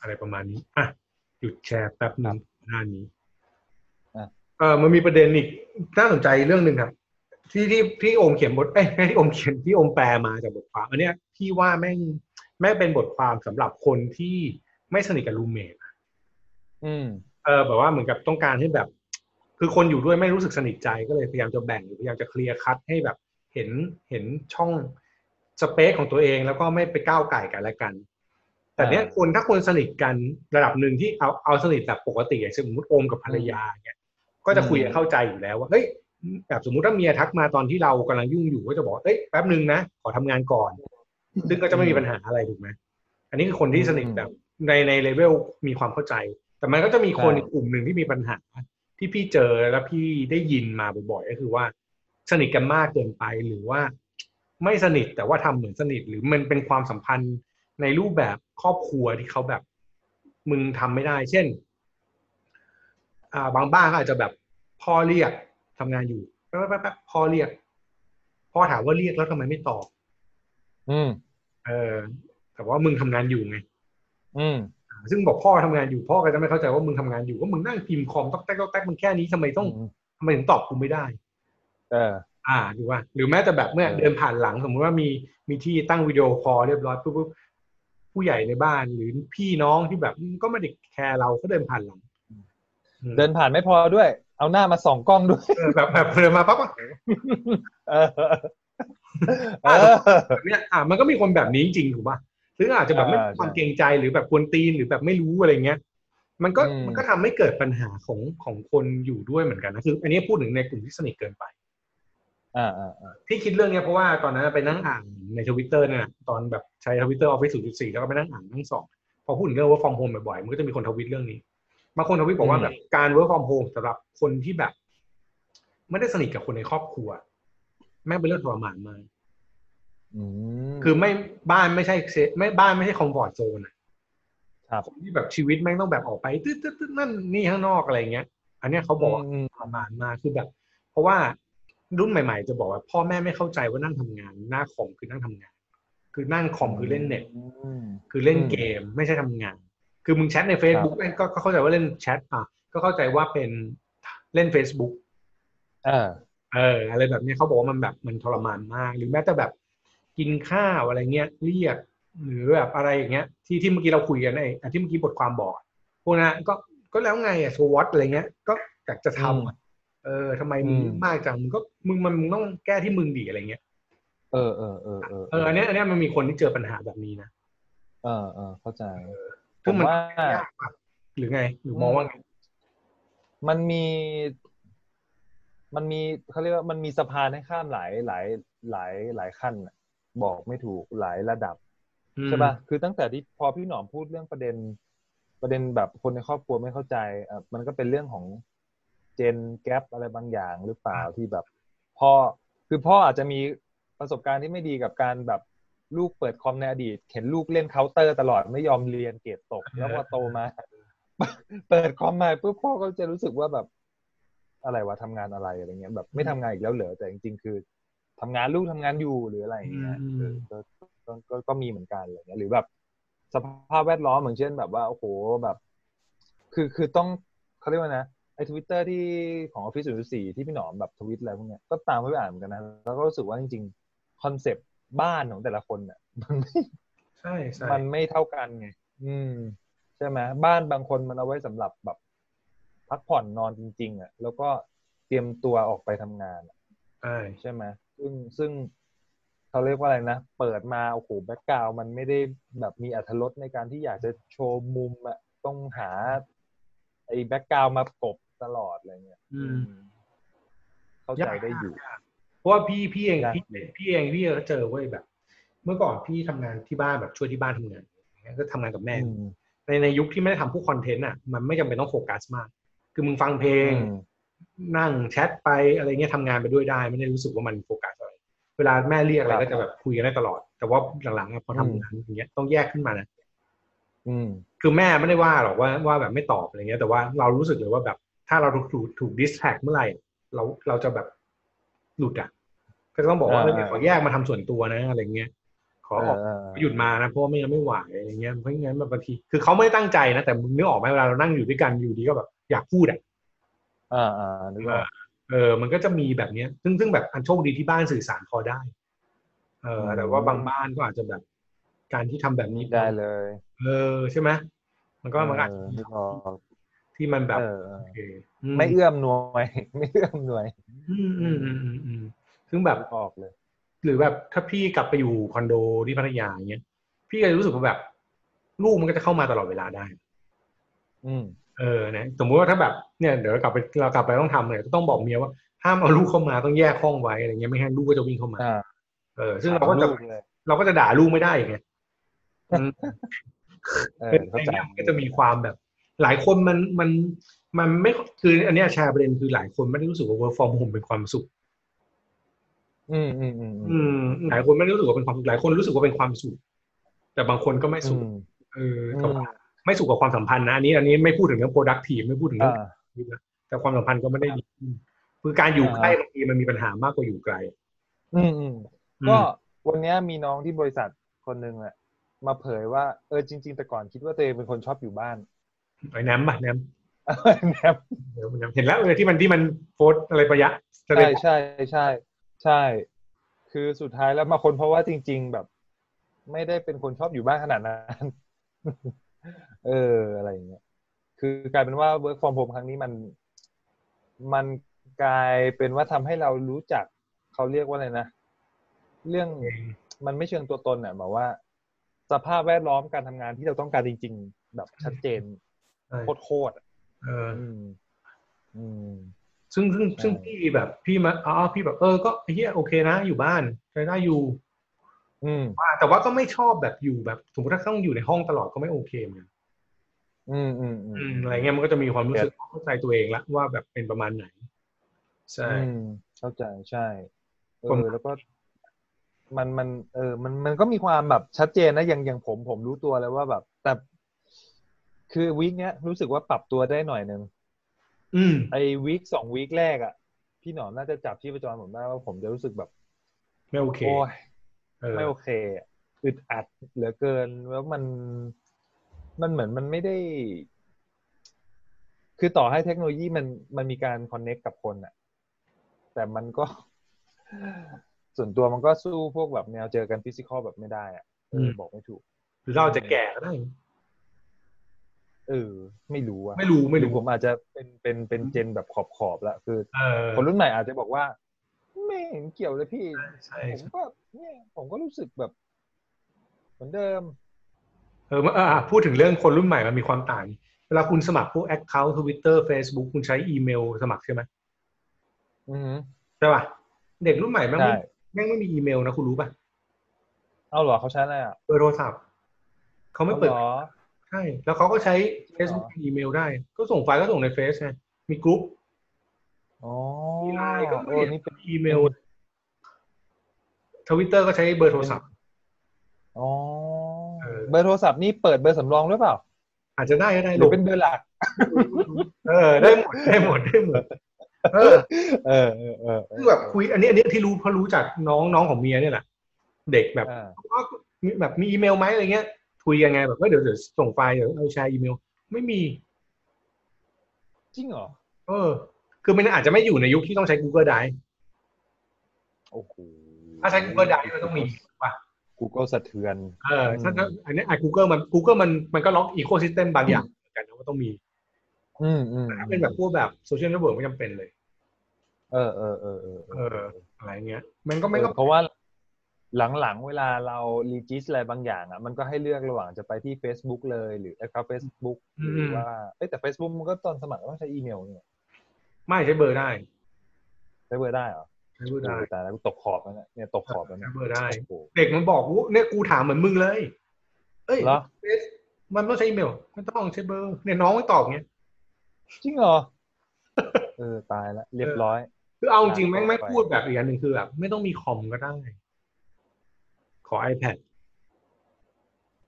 อะไรประมาณนี้ อ่ะ หยุดแชร์แป๊บหนึ่งหน้านี้ อ่ะ เออมันมีประเด็นอีกน่าสนใจเรื่องหนึ่งครับ ที่ที่ที่โอมเขียนบทเอ้ยไม่ที่โอมเขียนที่โอมแปลมาจากบทความ อันเนี้ยพี่ว่าแม่งแม่งเป็นบทความสำหรับคนที่ไม่สนิทกับรูเมท อืม เออแบบว่าเหมือนกับต้องการให้แบบ คือคนอยู่ด้วยไม่รู้สึกสนิทใจก็เลยพยายามจะแบ่งหรือพยายามจะเคลียร์คัดให้แบบเห็นเห็นช่องสเปซของตัวเองแล้วก็ไม่ไปก้าวไก่ายกันและกัน แต่เนี้ย อ่า คนถ้าคนสนิทกันระดับหนึ่งที่เอาเอาสนิทแบบปกติอย่างเช่นสมมติโอมกับภรรยาเนี่ยก็จะคุยกันเข้าใจอยู่แล้วว่าเฮ้ยแบบสมมติถ้าเมียทักมาตอนที่เรากำลังยุ่งอยู่ก็จะบอกเอ้ยแป๊บหนึ่งนะขอทำงานก่อน ซึ่งก็จะไม่มีปัญหาอะไรถูกไหมอันนี้คือคนที่สนิทแบบในในเลเวลมีความเข้าใจ แต่มันก็จะมีคน ใช่ อีกกลุ่มหนึ่งที่มีปัญหา ที่พี่เจอและพี่ได้ยินมาบ่อยๆก็คือว่า สนิทกันมากเกินไปหรือว่า ไม่สนิทแต่ว่าทำเหมือนสนิทหรือมันเป็นความสัมพันธ์ในรูปแบบครอบครัวที่เขาแบบ มึงทำไม่ได้ เช่น อ่าบางบ้านก็อาจจะแบบพ่อเรียกทำงานอยู่แป๊บแป๊บแป๊บพ่อเรียกพ่อถามว่าเรียกแล้วทำไมไม่ตอบ อืม เออ แต่ว่ามึงทำงานอยู่ไง อืม ซึ่งบอกพ่อทำงานอยู่พ่อก็จะไม่เข้าใจว่ามึงทำงานอยู่ว่ามึงนั่งพิมพ์คอมต๊อกแต๊กต๊อกแต๊กมึงแค่นี้ทำไมต้องทำไมถึงตอบกูไม่ได้ เออ อ่าดูว่า หรือแม้แต่แบบเมื่อ เออ เดินผ่านหลังสมมุติว่ามีมีที่ตั้งวิดีโอคอลเรียบร้อยปุ๊บปุ๊บผู้ใหญ่ในบ้านหรือพี่น้องที่แบบก็ไม่ได้แคร์เราเขาเดินผ่านหลังอืม เดินผ่านไม่พอด้วย เอาหน้ามาส่องกล้องด้วย เออแบบแบบเดินมาปั๊บอะ เออเออ แบบเนี้ยอ่ามันก็มีคนแบบนี้จริงๆถูกป่ะซึ่งอาจจะแบบไม่ อ่า มีความ ใช่ เกรงใจหรือแบบควรตีนหรือแบบไม่รู้อะไรเงี้ย มันก็ อืม มันก็ทำให้เกิดปัญหาของของคนอยู่ด้วยเหมือนกันนะคือ อันนี้พูดถึงในกลุ่มที่สนิทเกินไป อ่าอ่าอ่า ที่คิดเรื่องเนี้ยเพราะว่าตอนนั้นไปนั่งอ่านในทวิตเตอร์เนี่ยตอนแบบใช้ทวิตเตอร์ออฟฟิศศูนย์จุดสี่แล้วก็ไปนั่งอ่านทั้งสองพอพูดถึงเรื่อง work from home บ่อยๆมันก็จะมีคนทวิตเรื่องนี้บางคนทวิตบอกว่าแบบการ work from home สำหรับคนที่แบบ ไม่ได้สนิทกับคนในครอบครัว แม่งเป็นเรื่องทรมานมาก อืม คือไม่บ้านไม่ใช่เซไม่บ้านไม่ใช่คอมฟอร์ตโซนอะ ครับ ที่แบบชีวิตแม่งต้องแบบออกไปตึ๊ดตึ๊ดตึ๊ดนั่นนี่ข้างนอกอะไรเงี้ย อันเนี้ยเขาบอกว่า ม ทรมานมากคือแบบ เพราะว่ารุ่นใหม่ ๆ จะบอกว่า พ่อแม่ไม่เข้าใจว่านั่งทำงาน หน้าคอมคือนั่งทำงาน คือนั่งคอมคือเล่นเน็ต อืม คือเล่นเกมไม่ใช่ทำงาน คือมึงแชทใน Facebook แม่งก็ก็เข้าใจว่าเล่นแชทอ่ะก็เข้าใจว่าเป็นเล่น Facebook เออ เอออะไรแบบเนี้ยเขาบอกว่ามันแบบมันทรมานมาก หรือแม้แต่แบบกินข้าวอะไรเงี้ยเรียกหรือแบบอะไรอย่างเงี้ย ที่ที่เมื่อกี้เราคุยกันไอ้อันที่เมื่อกี้บทความบอกอะพวกนั้นก็ก็แล้วไงอะโซวอตอะไรเงี้ย ก็อยากจะทำอะเออทำไมมึง อืม ยุ่งมากจังมึงก็มึงมันมึงต้องแก้ที่มึงดีอะไรเงี้ย เออเออเออเออ เอออันเนี้ยอันเนี้ยมันมีคนที่เจอปัญหาแบบนี้นะ เออเออเข้าใจ ผ ซึ่ง ม มัน ว่า ยากอะหรือไงหรือมองว่าไง มันมี มันมีเขาเรียกว่ามันมีสะพานให้ข้ามหลายหลายหลายหลายขั้นน่ะบอกไม่ถูกหลายระดับ อืม ใช่ป่ะ คือตั้งแต่ที่พอพี่หนอมพูดเรื่องประเด็น ประเด็นแบบคนในครอบครัวไม่เข้าใจอ่ะมันก็เป็นเรื่องของเจนแกปอะไรบางอย่างหรือเปล่าที่แบบพ่อคือพ่ออาจจะมีประสบการณ์ที่ไม่ดีกับการแบบลูกเปิดคอมในอดีต เห็นลูกเล่นเคาน์เตอร์ตลอดไม่ยอมเรียนเกรดตก แล้วพอโตมา เปิดคอมมาปุ๊บพ่อก็จะรู้สึกว่าแบบอะไรวะทำงานอะไรอะไรเงี้ยแบบไม่ทำงานอีกแล้วเหรอแต่จริงๆคือทำงานลูกทำงานอยู่หรืออะไรอย่างเงี้ย อืม เออก็ ก็ก็ก็มีเหมือนกันอะไรเงี้ยหรือแบบ สภาพแวดล้อมอย่างเช่นแบบว่าโอ้โหแบบ คือคือต้องเขาเรียกว่านะไอ้ทวิตเตอร์ที่ของออฟฟิศศูนย์สี่ที่พี่หนอมแบบทวิตอะไรพวกเนี้ยก็ตามไปอ่านเหมือนกันนะแล้วก็รู้สึกว่าจริงๆคอนเซปต์บ้านของแต่ละคนอ่ะมันไม่ ใช่ใช่ มันไม่เท่ากันไง อืม ใช่ไหมบ้านบางคนมันเอาไว้สำหรับแบบ พักผ่อนนอนจริง ๆ อ่ะ แล้วก็เตรียมตัวออกไปทำงานอะ ใช่ ใช่ไหมซึ่งซึ่งเขาเรียกว่าอะไรนะ เปิดมาโอ้โหแบ็กกราวมันไม่ได้แบบมีอัธรสในการที่อยากจะโชว์มุมอ่ะ ต้องหา ไอ้แบ็กกราวมากบตลอดอะไรเงี้ย อืม อืมเข้าใจได้อยู่ เพราะว่าพี่พี่เอง ได้ พี่พี่เองพี่ก็เจอเว้ยแบบ เมื่อก่อนพี่ทำงานที่บ้านแบบช่วยที่บ้านทำงานอย่างเงี้ยก็ทำงานกับแม่ อืม ในในยุคที่ไม่ได้ทำพวกคอนเทนต์อ่ะมันไม่จำเป็นต้องโฟกัสมาก คือมึงฟังเพล อื ง ม นั่งแชทไปอะไรเงี้ยทำงานไปด้วยได้ ไม่ได้รู้สึกว่ามันโฟกัสอะไร เวลาแม่เรียกอะไรก็จะแบบคุยกันได้ตลอด แต่ว่าหลังๆอะพอทำงานอย่างเงี้ยต้องแยกขึ้นมานะ อืม คือแม่ไม่ได้ว่าหรอกว่าว่าแบบไม่ตอบอะไรเงี้ยแต่ว่าเรารู้สึกเลยว่าแบบ ถ้าเราถูกถูกถูกดิสแทกเมื่อไหร่ เราเราจะแบบหลุดอ่ะ ก็ต้องบอกว่า อ่า เออขอแยกมาทำส่วนตัวนะอะไรเงี้ยขอออก เออ หยุดมานะเพราะว่าไม่งั้นไม่ไหวอะไรเงี้ยเพราะงั้นแบบบางทีคือเขาไม่ได้ตั้งใจนะแต่มึงนึกออกไหมเวลาเรานั่งอยู่ด้วยกันอยู่ดีก็แบบอยากพูดอ่ะ อ่าอ่านึกออก เออ มันก็จะมีแบบเนี้ย ซึ่งซึ่งแบบอันโชคดีที่บ้านสื่อสารพอได้ เออ แต่ว่าบางบ้านก็อาจจะแบบ การที่ทำแบบนี้ ได้เลย เออใช่ไหมมันก็มันก็อาจ เอ จะมีอนึกออก ที่มันแบบ เออเออ โอเคอื ไม่เอื้อมหน่วย ไม่เอื้อมหน่วย อืมอืมอืมอืมอืมซึ่งแบบ ออกเลย หรือแบบถ้าพี่กลับไปอยู่คอนโดที่พัทยาอย่างเงี้ย พี่ก็จะรู้สึกว่าแบบ ลูกมันก็จะเข้ามาตลอดเวลาได้ อืม เออนะสมมุติว่าถ้าแบบเนี่ยเดี๋ยวเรากลับไปเรากลับไปต้องทำเนี่ยต้องบอกเมียว่าห้ามเอาลูกเข้ามาต้องแยกห้องไว้อะไรเงี้ยไม่งั้นลูกก็จะวิ่งเข้ามา อ่า เออซึ่งเราก็จะ ลูเลย เราก็จะด่าลูกไม่ได้ไงอืม เออ เป็น เข้า ใน ใจ เนี้ยมันก็จะมีความแบบ หลายคนมันมันมันไม่คืออันเนี้ยแชร์ประเด็นคือหลายคนไม่ได้รู้สึกว่า work from home เป็นความสุข อืมอืมอืมอื อื ม มหลายคนไม่ได้รู้สึกว่าเป็นความสุขหลายคนรู้สึกว่าเป็นความสุข แต่บางคนก็ไม่สุขเออแต่ว่าไม่สุขกับความสัมพันธ์นะอันนี้ อันนี้ไม่พูดถึงเรื่อง productive ไม่พูดถึงเรื่อง อ่า ชีวิตนะแต่ความสัมพันธ์ก็ไม่ได้ดีขึ้นคือการอยู่ อ่า ใกล้บางทีมันมีปัญหามากกว่าอยู่ไกล อืมอืม อืม ก็วันเนี้ยมีน้องที่บริษัทคนหนึ่งแหละมาเผยว่าเออจริง ๆ แต่ก่อนคิดว่าตัวเองเป็นคนชอบอยู่บ้าน ไอ้แนมป่ะแนม แบบ เดี๋ยวเห็นแล้วเออที่มันที่มันโพสต์อะไรประยะแสด ใช่ ง ใช่ใช่ ใช่ คือสุดท้ายแล้วมาคนเพราะว่าจริง ๆ แบบ ไม่ได้เป็นคนชอบอยู่บ้านขนาดนั้น เอออะไรอย่างเงี้ย คือกลายเป็นว่า work from home ครั้งนี้มัน มันกลายเป็นว่าทำให้เรารู้จักเขาเรียกว่าอะไรนะ เรื่องมันไม่เชิงตัวตนอ่ะแบบว่า สภาพแวดล้อมการทำงานที่เราต้องการจริง ๆ แบบชัดเจน ใช่ โคตรๆอะ เออ อืม อืม ซึ่งซึ่ง ใช่ ซึ่งพี่แบบพี่มาอ๋อพี่แบบเออก็ไอ้เฮียโอเคนะ อยู่บ้านใช้ได้อยู่ อืม ว่าแต่ว่าก็ไม่ชอบแบบอยู่แบบสมมติถ้าต้องอยู่ในห้องตลอดก็ไม่โอเคเหมือนกัน อืมอืมอื อื ม มอะไรเงี้ยมันก็จะมีความรู้สึกเข้าใจตัวเองละว่าแบบเป็นประมาณไหน ใช่ อืมเข้าใจใช่เอ ผม อแล้วก็ มันมัน เออ มันมันก็มีความแบบชัดเจนนะอย่างอย่างผมผมรู้ตัวเลยว่าแบบ แต่ คือวีคเนี้ยรู้สึกว่าปรับตัวได้หน่อยหนึ่ง อืม ไอ้วีคสองวีคแรกอะ่ะ พี่หนอมน่าจะจับที่ประจรผมได้ว่าผมจะรู้สึกแบบ ไม่โอเค โอ้ย เออ ไม่โอเคอะอึดอัดเหลือเกินแล้วมัน มันเหมือนมันไม่ได้ คือต่อให้เทคโนโลยีมันมันมีการคอนเน็กกับคนอะแต่มันก็ ส่วนตัวมันก็สู้พวกแบบแนวเจอกันฟิสิกอลแบบไม่ได้อะเออบอกไม่ถูก หรือเราอาจจะแก่ก็ได้ เออไม่รู้อะ ไม่รู้ไม่รู้ หอผมอาจจะเป็นเป็นเป็นเจนแบบขอบขอบๆละคือ เออ คนรุ่นใหม่อาจจะบอกว่า ไม่เห็นเกี่ยวเลยพี่ ใช่ ผมก็เนี่ยผมก็รู้สึกแบบ เหมือนเดิม เออเอออ่ะพูดถึงเรื่องคนรุ่นใหม่มันมีความต่างเวลาคุณสมัครพวกแอคเคาท์ทวิตเตอร์เฟซบุ๊กคุณใช้อีเมลสมัครใช่ไหม อือหือ ใช่ป่ะเด็กรุ่นใหม่แม่ง ใช่ ไม่แม่งไม่มีอีเมลนะคุณรู้ป่ะ เอาเหรอเขาใช้อะไรอ่ะ เบอร์โทรศัพท์เขาไม่เปิด อาหรอ ใช่แล้วเขาก็ใช้ จริงเหรอ Facebook อีเมลได้ ก็ส่งไฟล์ก็ส่งในเฟซไงมีกรุ๊ป อ๋อ มีไลน์ก็ เอ ไม่ อ เห็ นี่ น เป็น อีเมลทวิตเตอร์ก็ใช้เบอร์โทรศัพท์ อ๋อ เออ เบอร์โทรศัพท์นี่เปิดเบอร์สำรองหรือเปล่า อาจจะได้ก็ได้ ห ห รื ล อบ เป็นเบอร์หลัก เออได้หมดได้หมดได้หมดเออ เออเออเออ คือแบบคุย อันนี้อันนี้ที่รู้เพราะรู้จากน้องน้องของเมียเนี่ยแหละเด็กแบบ อ่า ว่ามีแบบมีอีเมลไหมอะไรเงี้ย คุยยังไงแบบก็เดี๋ยวเดี๋ยวส่งไฟล์เดี๋ยวเอาแชร์อีเมล ไม่มี จริงเหรอ เออ คือมันอาจจะไม่อยู่ในยุคที่ต้องใช้ Google Drive โอ้โห ถ้าใช้ Google Drive ก็ต้องมีป่ะ กูก็สะเทือน เออถ้า อืม ถ้าอันนี้อ่ะ Google มัน Google มันมันก็ล็อกอีโค y ิสเต็มบางอย่างเหมือนกันนะว่าต้องมี อืมอืม แต่ถ้าเป็นแบบพวกแบบโซเชียลเน็ตเวิร์กไม่จำเป็นเลย เออเออเออเออ เออ อะไรเงี้ย มันก็มันก็ เพราะว่าหลังๆ เวลาเรารีจิสอะไรบางอย่างอ่ะมันก็ให้เลือกระหว่างจะไปที่ Facebook เลยหรือแอคเคาท์ Facebook อืม หรือว่าเอ้ยแต่ Facebook มันก็ตอนสมัครก็ต้องใช้อีเมลเนี่ย ไม่ใช้เบอร์ได้ ใช้เบอร์ได้เหรอ ใช้เบอร์ได้ โอ้โหแต่แล้วตกขอบแล้วเนี่ยเนี่ยตกขอบแล้วเนี่ย ใช้เบอร์ได้ โอ้โห เด็กมันบอกกูเนี่ยกูถามเหมือนมึงเลย เอ้ย เหรอ เฟซมันต้องใช้อีเมลไม่ต้องใช้เบอร์เนี่ยน้องไม่ตอบเงี้ย จริงเหรอ เออตายแล้วเรียบร้อย คือเอาจริงๆ ได้ แม่งไม่ ไป พูดแบบอีกอันหนึ่งคือแบบไม่ต้องมีคอมก็ได้ ขอ iPad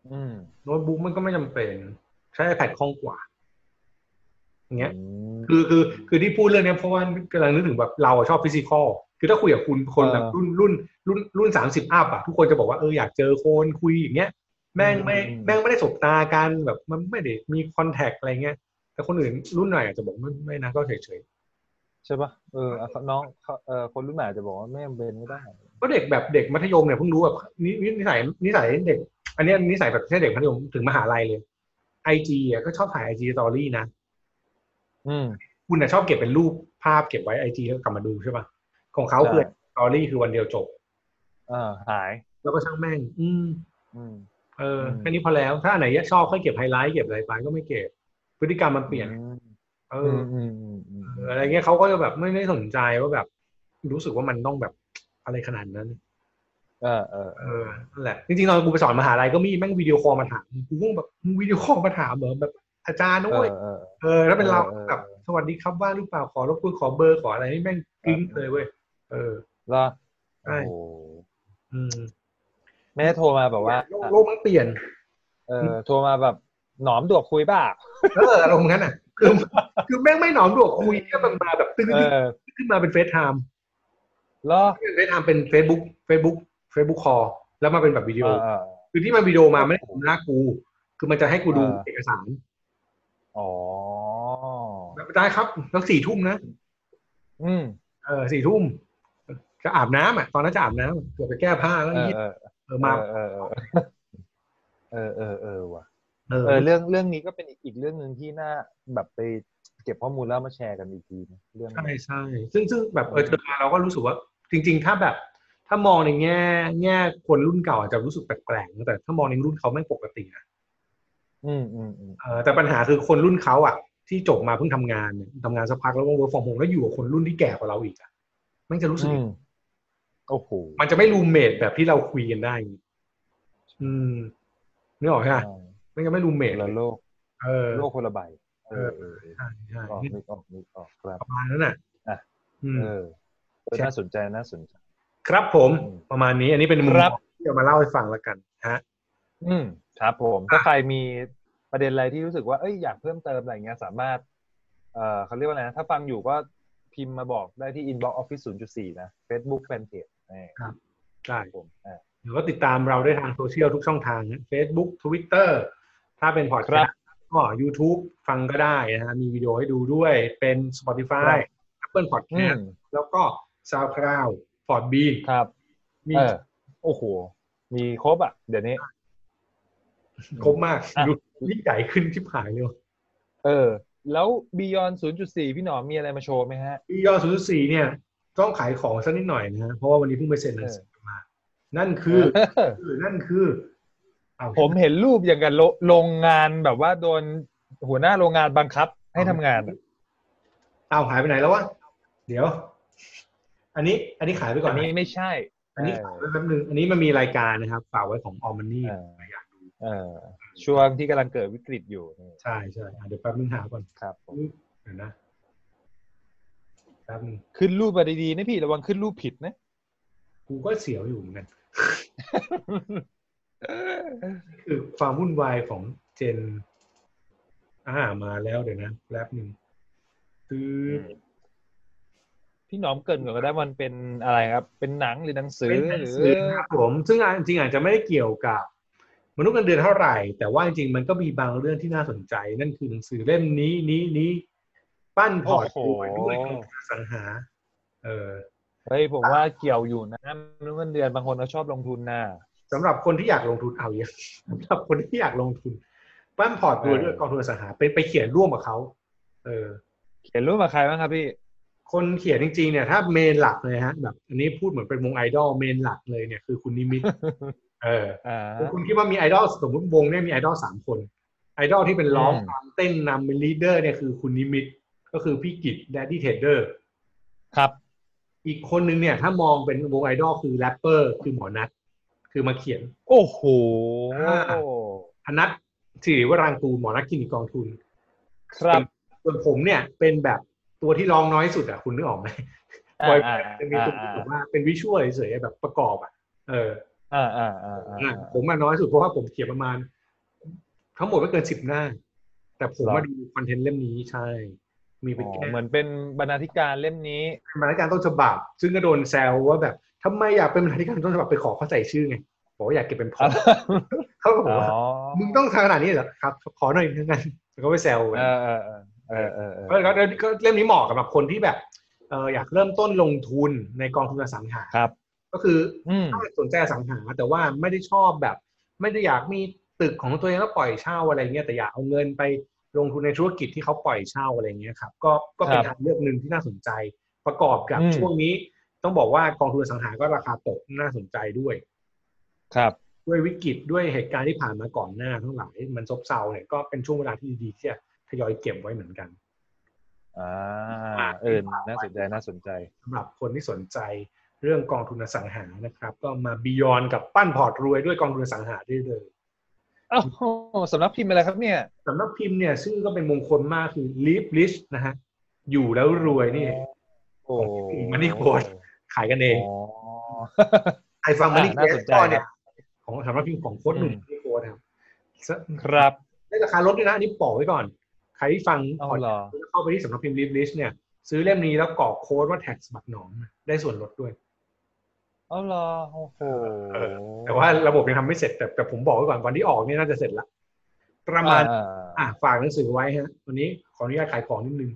อืม โน้ตบุ๊กมันก็ไม่จำเป็น ใช้ iPad คล่องกว่าอย่างเงี้ย ม คือคือคือที่พูดเรื่องเนี้ยเพราะว่ากำลังนึกถึงแบบเราอะชอบฟิสิกอลคือถ้าคุยกับคุณคนแบบ เออ รุ่นรุ่นรุ่นรุ่นสามสิบอัพอะทุกคนจะบอกว่าเอออยากเจอคนคุยอย่างเงี้ย แม่งไม่ อืม แม่งไม่ได้สบตากันแบบมันไม่ได้มีคอนแทคอะไรเงี้ยแต่คนอื่นรุ่นหน่อยอาจจะบอกไม่ไม่นะก็เฉยเฉย ใช่ปะเออเอาน้องเขาเออคนรุ่นใหม่อาจจะบอกว่าไม่จำเป็นก็ได้ ๆก็เด็กแบบเด็กมัธยมเนี่ยเพิ่งรู้แบบนินินิสัยนิสัยเด็ก อันเนี้ยนิสัยแบบแค่เด็กมัธยมถึงมหาลัยเลยไอจีอะก็ชอบถ่ายไอจีสตอรี่นะ อืม คุณน่ะชอบเก็บเป็นรูปภาพเก็บไว้ไอจีแล้วกลับมาดูใช่ปะของเขาคือ ใช่ สตอรี่คือวันเดียวจบ เออหาย แล้วก็ช่างแม่ง อืม อืม เอออ ม แค่นี้พอแล้ว ถ้าอันไหนชอบค่อยเก็บไฮไลท์ เก็บอะไรไปก็ไม่เก็บ พฤติกรรมมันเปลี่ยน อืม เอ อื อ มอืมอืมอืม เอออะไรเงี้ยเขาก็จะแบบไม่ได้สนใจว่าแบบ รู้สึกว่ามันต้องแบบอะไรขนาดนั้น เออเออเอ เอ อ อ นั่นแหละ จริงๆตอนกูไปสอนมหาลัยก็มีแม่งวิดีโอคอลมาถาม กูก็แบบมึงวิดีโอคอลมาถามเหมือนแบบอาจารย์ เอ ด้ว อย เออ เออ แล้วเป็นเรา เออเออ แบบสวัสดีครับว่างหรือเปล่า ขอรบกวนขอเบอร์ขออะไรนี่แม่งกริ้งเลยเว้ย เออ แล้ว ใช่ โอ้โห อืม ไม่ได้โทรมาแบบว่า โลกโลกมันเปลี่ยน เออโทรมาแบบหนอมดวกคุยบ้า เอออารมณ์งั้นอ่ะ คือคือแม่งไม่หนอมดวกคุยแค่มันมาแบบตื้อ เอ ๆ อ ขึ้นมาเป็นเฟซไทม์ แล้ว เฟซไทม์เป็น Facebook Facebook Facebook คอแล้วมาเป็นแบบวิดี เอ โอ อเออ คือที่มันวิดีโอมาไม่ได้ดูหน้ากู คือมันจะให้กูดู เออ เอกสาร อ๋อ แบบได้ครับแล้วสี่ทุ่มนะ อืม เออสี่ทุ่มจะอาบน้ำอ่ะตอนนั้นจะอาบน้ำอะเกือบไปแก้ผ้าแล้ว เออ นี่ เออ เออมา เออเออเออเออเออว่ะ เออ เออเรื่องเรื่องนี้ก็เป็นอีกอีกเรื่องหนึ่งที่น่าแบบไปเก็บข้อมูลแล้วมาแชร์กันอีกทีนะเรื่อง ใช่ใช่ซึ่งซึ่งแบบเออเจอมาเราก็รู้สึกว่า จริง ๆ ถ้าแบบ ถ้ามองในแง่ แง่คนรุ่นเก่าอาจจะรู้สึกแปลกๆนะแต่ถ้ามองในรุ่นเขาไม่งปกตินะ อืมอืมอืม เออแต่ปัญหาคือคนรุ่นเขาอ่ะ ที่จบมาเพิ่งทำงานเนี่ยทำงานสักพักแล้วก็ work from home แล้วอยู่กับคนรุ่นที่แก่กว่าเราอีกอ่ะมันจะรู้สึก อื ยัง ม ไง โอ้โห มันจะไม่รูมเมทแบบที่เราคุยกันได้ไงอืมนึกออกใช่ไหมมันจะไม่รูมเมท คนละโลก เออ โลกคนละใบเออเออเออ ใช่ใช่ ออกนึกออกนึกออกครับ ประมาณนั้นน่ะ อ่ะ อืม เออเออ ใช่ น่าสนใจน่าสนใจ ครับผม อืม ประมาณนี้ อันนี้เป็นมุม ครับ มองที่เอามาเล่าให้ฟังละกันฮะ อืมครับผมถ้าใครมีประเด็นอะไรที่รู้สึกว่าเอ้ยอยากเพิ่มเติมอะไรเงี้ยสามารถ เอ่อเขาเรียกว่าอะไรนะถ้าฟังอยู่ก็พิมพ์มาบอกได้ที่ inbox office 0.4 นะ Facebook Fanpage นี่ ครับ ได้ ครับผมอ่า หรือว่าติดตามเราได้ทางโซเชียลทุกช่องทางนะ Facebook Twitter ถ้าเป็นพอดแค ครั ส บ ต์ก็ YouTube ฟังก็ได้นะฮะมีวิดีโอให้ดูด้วยเป็น Spotify ครับ Apple อืม Podcast แล้วก็ SoundCloud p o d b e a n ครับ มี เออโอ้โห มีครบอ่ะ เดี๋ยวนี้ ครบมาก อ่ะ ดูยิ่งใหญ่ขึ้นที่ผายเลย เออ แล้ว Beyond 0.4 พี่หนอมมีอะไรมาโชว์ไหมฮะ พี่ยอดศูนย์สี่เนี่ย ต้องขายของสักนิดหน่อยนะฮะเพราะว่าวันนี้เพิ่งไปเซ็นหนังสือมา นั่นคือ เออ นั่นคือเอา ผมเห็นรูปอย่างกับโรโรงงานแบบว่าโดนหัวหน้าโรงงานบังคับให้ทำงานอะ เอาหายไปไหนแล้ววะเดี๋ยว อันนี้ อันนี้ขายไปก่อ อั น น นะ นี้ไม่ใช่ อันนี้ฝากไว้แป๊บนึงอันนี้มันมีรายการนะครับฝากไว้ของออมมันนี่ เออเออ ช่วงที่กำลังเกิดวิกฤตอยู่นี่ ใช่ใช่อ่ะเดี๋ยวแป๊บนึงหาก่อน ครับผม เดี๋ยวนะแป๊บนึง ขึ้นรูปมาดีๆนะพี่ระวังขึ้นรูปผิดนะ กูก็เสียวอยู่เหมือนกันคือความวุ่นวายของเจนอ่ามาแล้วเดี๋ยวนะแป๊บนึงตื้อ พี่หนอมเกรินก่อนก็ได้มันเป็นอะไรครับ เป็นหนังหรือหนังสือ เป็นหนัง หรือ สือนะครับผมซึ่งอ่ะจริงๆอาจจะไม่ได้เกี่ยวกับ มนุษย์เงินเดือนเท่าไหร่ แต่ว่าจริงๆมันก็มีบางเรื่องที่น่าสนใจ นั่นคือหนังสือเล่มนี้นี้นี้ปั้นพอร์ต โอ้ ร โห วยด้วยโครงการอสังหา เออ เฮ้ยผมว่าเกี่ยวอยู่นะมนุษย์เงินเดือนบางคนเขาชอบลงทุนนะ สำหรับคนที่อยากลงทุนเอาเยอะสำหรับคนที่อยากลงทุน ปั้นพอร์ตรวยด้วย เออ กองทุนอสังหาไปไปเขียนร่วมกับเขาเออ เขียนรูปกับใครบ้างครับพี่ คนเขียนจริงๆเนี่ยถ้าเมนหลักเลยฮะแบบอันนี้พูดเหมือนเป็นวงไอดอลเมนหลักเลยเนี่ยคือคุณนิมิต เออ อ่า คุณคิดว่ามีไอดอลสมมติวงเนี่ยมีไอดอลสามคน ไอดอลที่เป็นร้อง อืม ตามเต้นนำเป็นลีดเดอร์เนี่ยคือคุณนิมิตก็คือพี่กิจแดดดี้เทเดอร์ ครับ อีกคนนึงเนี่ยถ้ามองเป็นวงไอดอลคือแรปเปอร์คือหมอนัทคือมาเขียน โอ้โห อ่า พนัทสิริวรังกูลหมอนัทกินกองทุน ครับ ส่วนผมเนี่ยเป็นแบบตัวที่ร้องน้อยสุดอ่ะคุณนึกออกไหมบอยแบนด์จะมีตัวที่แบบว่าเป็นวิชวลเฉยๆแบบประกอบอ่ะเออ อ่าอ่าอ่าอ่า อ่ะ อ่า ผมมาน้อยสุดเพราะว่าผมเขียนประมาณ ทั้งหมดไม่เกินสิบหน้า แต่ผม หร มา อ ดูคอนเทนต์เล่มนี้ใช่ มีไป อ๋อ แก้ เหมือนเป็นบรรณาธิการเล่มนี้ บรรณาธิการต้นฉบับ ซึ่งก็โดนแซวว่าแบบทำไมอยากเป็นบรรณาธิการต้นฉบับไปขอเขาใส่ชื่อไงบอกว่าอยากเก็บเป็นพอร์ตเขาก็บอกว่า อ๋อ มึงต้องทำขนาดนี้เหรอครับ ขอหน่อยนึงกันแล้วก็ไปแซวกัน เออเออเออเออเออ ก็ก็ก็เล่มนี้เหมาะกับแบบคนที่แบบเอออยากเริ่มต้นลงทุนในกองทุนอสังหา ครับ ก็คือ อืม ถ้าสนใจอสังหาแต่ว่าไม่ได้ชอบแบบ ไม่ได้อยากมีตึกของตัวเองแล้วปล่อยเช่าอะไรเงี้ยแต่อยากเอาเงินไปลงทุนในธุรกิจที่เขาปล่อยเช่าอะไรเงี้ยครับก็ก็เป็น ครัทาบงเลือกหนึ่งที่น่าสนใจประกอบกับ อืม ช่วงนี้ ต้องบอกว่ากองทุนอสังหาก็ราคาตกน่าสนใจด้วย ครับ ด้วยวิกฤตด้วยเหตุการณ์ที่ผ่านมาก่อนหน้าทั้งหลายมันซบเซาเนี่ยก็เป็นช่วงเวลาที่ดีๆที่จะทยอยเก็บไว้เหมือนกัน อ่า เออ น่าสนใจ น่าสนใจ สำหรับคนที่สนใจเรื่องกองทุนอสังหานะครับ ก็มาบียอนกับปั้นพอร์ตรวยด้วยกองทุนอสังหาได้เลย โอ้โหสำนักพิมพ์อะไรครับเนี่ย สำนักพิมพ์เนี่ยชื่อก็เป็นมงคลมากคือ live rich นะฮะ อยู่แล้วรวยนี่ โอ้ มันนี่โคตร ขายกันเอง อ๋อ ไอฟังมันนี่ อ่ะน่า เก ส ส นใจ ก็เนี่ย ของสำนักพิมพ์ของโค้ดหนุ่ม อืม ที่โค้ดนะครับ ครับ ได้ราคาลดด้วยนะอันนี้บอกไว้ก่อน ใครที่ฟัง เอา พอด เหรอ แล้วเข้าไปที่สำนักพิมพ์ live rich เนี่ย ซื้อเล่มนี้แล้วกรอกโค้ดว่าแท็กสมัครหนอมได้ส่วนลดด้วย เอาเหรอ โอ้โห แต่ว่าระบบยังทำไม่เสร็จแต่แต่ผมบอกไว้ก่อนวันที่ออกเนี่ยน่าจะเสร็จละประมาณ อ่ อ่ะฝากหนังสือไว้ฮะวันนี้ขออนุญาตขายของนิดนึง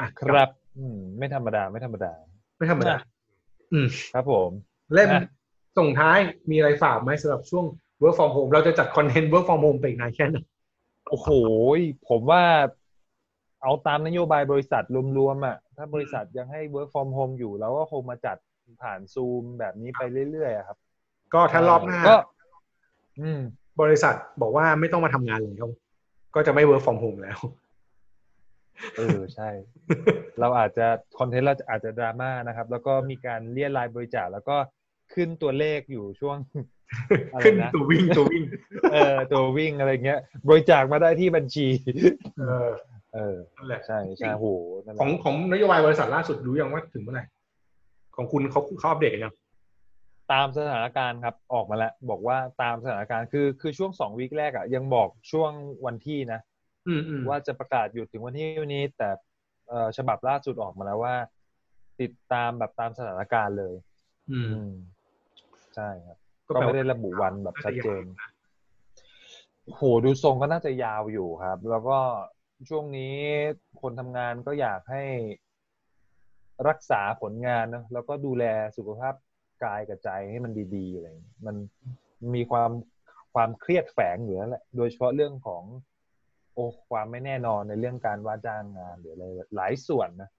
อ่ะ ครับอืมไม่ธรรมดา ไม่ธรรมดา ไม่ธรรมดา ครับผม เล่ม อ่ะ ส่งท้ายมีอะไรฝากไหมสำหรับช่วง work from home เราจะจัดคอนเทนต์ work from home ไปอีกนานแค่ไหน โอ้โห ผมว่า เอาตามนโยบายบริษัทรวมๆอ่ะ ถ้าบริษัทยังให้ work from home อยู่เราก็คงมาจัดผ่านซูมแบบนี้ไปเรื่อยๆอะครับ ก็ถ้ารอบหน้า ก็อืม บริษัทบอกว่าไม่ต้องมาทำงานแล้วก็จะไม่ work from home แล้ว เออ ใช่ เราอาจจะคอนเทนต์เราอาจจะดราม่านะครับ แล้วก็มีการเรียรายบริจาคแล้วก็ขึ้นตัวเลขอยู่ช่วง อะไร ขึ้น นะ ตัววิ่งตัววิ่ง เออตัววิ่งอะไรเงี้ย บริจาคมาได้ที่บัญชี เออ เออ นั่นแหละ ใช่ใช่โหนั่นแห ของ ละ ของนโยบายบริษัทล่าสุดรู้ยังว่าถึงเมื่อไหร่ ของคุณเขาเขาอัปเดตกันยัง ตามสถานการณ์ครับออกมาแล้ว บอกว่าตามสถานการณ์คือคือช่วงสองวีคแรกอะ่ะยังบอกช่วงวันที่นะ อืมอืม ว่าจะประกาศหยุดถึงวันที่วันนี้ แต่เอ่อฉบับล่าสุดออกมาแล้วว่า ติดตามแบบตามสถานการณ์เลย อืม อืม ใช่ครับ ก็ ก็ แปล ไม่ ว่า ได้ระบุวันแบบชัดเจน น่าจะยาวนะ โหดูทรงก็น่าจะยาวอยู่ครับ แล้วก็ช่วงนี้คนทำงานก็อยากให้รักษาผลงานนะแล้วก็ดูแลสุขภาพกายกับใจให้มันดีๆอะไรอย่างเงี้ยมันมีความความเครียดแฝงอยู่แล้วแหละ โดยเฉพาะเรื่องของ โอ้ความไม่แน่นอนในเรื่องการว่าจ้างงานหรืออะไรหลายส่วนนะ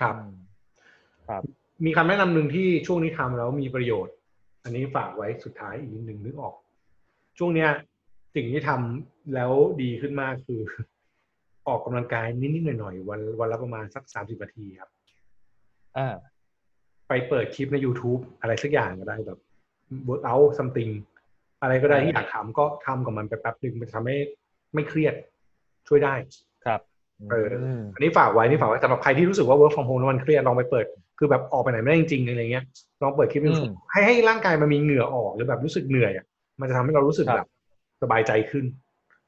ครับ อืม มีคำแนะนำหนึ่งที่ช่วงนี้ทำแล้วมีประโยชน์ อันนี้ฝากไว้สุดท้ายอีกนิดหนึ่งนึกออก ช่วงเนี้ยสิ่งที่ทำแล้วดีขึ้นมากคือ ออกกำลังกายนิดๆหน่อยๆวันวันละประมาณสักสามสิบนาทีครับ อ่า ไปเปิดคลิปใน YouTube อะไรสักอย่างก็ได้แบบ workout something อะไรก็ได้ที่อยากทำก็ทำกับมันไปแป๊บหนึ่งมันทำให้ไม่เครียดช่วยได้ ครับ เอออื ม อันนี้ฝากไว้นี่ฝากไว้สำหรับใครที่รู้สึกว่า work from home แล้วมันเครียดลองไปเปิด คือแบบออกไปไหนไม่ได้จริงๆอะไรเงี้ยลองเปิดคลิป YouTube อืม ให้ให้ร่างกายมันมีเหงื่อออกหรือแบบรู้สึกเหนื่อยอะมันจะทำให้เรารู้สึก ครับ แบบสบายใจขึ้น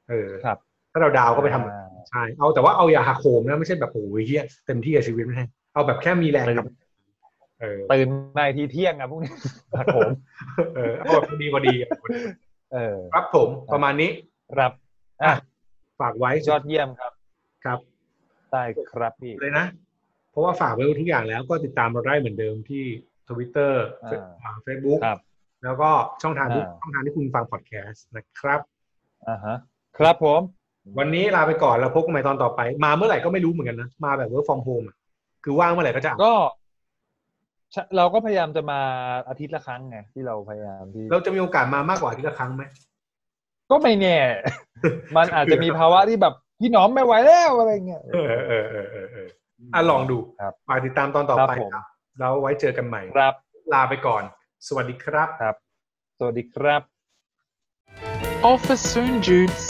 เออ ครับ ถ้าเราดาวก็ไปทำ อ่า ใช่เอาแต่ว่าเอาอย่าหักโหมนะไม่ใช่แบบโอ้ยเฮียเต็มที่กับชีวิตไม่ใช่เอาแบบแค่มีแรงกับเออ ตื่นในทีเที่ยงอ่ะพวกนี้ครับผม เออเอาแบบพอดีพอดีอะ เ เออ ครับผมประมาณนี้ ครับอ่ะ ฝากไว้ ยอดเยี่ยมครับ ครับ ได้ครับพี่ เลยนะ เพราะว่าฝากไว้ทุกอย่างแล้วก็ติดตามเราได้เหมือนเดิมที่ทวิตเตอร์ อ่า เฟซบุ๊ก ครับ แล้วก็ช่องทางทุก อ่า ช่องทางที่คุณฟังพอดแคสต์นะครับ อ่าฮะครับผม วันนี้ลาไปก่อนแล้วพบกันใหม่ตอนต่อไป มาเมื่อไหร่ก็ไม่รู้เหมือนกันนะ มาแบบ work from home อะคือว่างเมื่อไหร่ก็จะอัด ก็ชะเราก็พยายามจะมาอาทิตย์ละครั้งไงที่เราพยายามที่ เราจะมีโอกาสมามากกว่าอาที่ละครั้งไหม ก็ไม่แน่ มันอาจจะมีภาวะที่แบบพี่หน้อมไม่ไหวแล้วอะไรเงี้ย เออเออเออเออเอออ่ะลองดู ครับ ฝากติดตามตอนต่อไป ครับผม ครับแล้วไว้เจอกันใหม่ ครับ ลาไปก่อน สวัสดีครับ สวัสดีครับ Office Soon Jude C.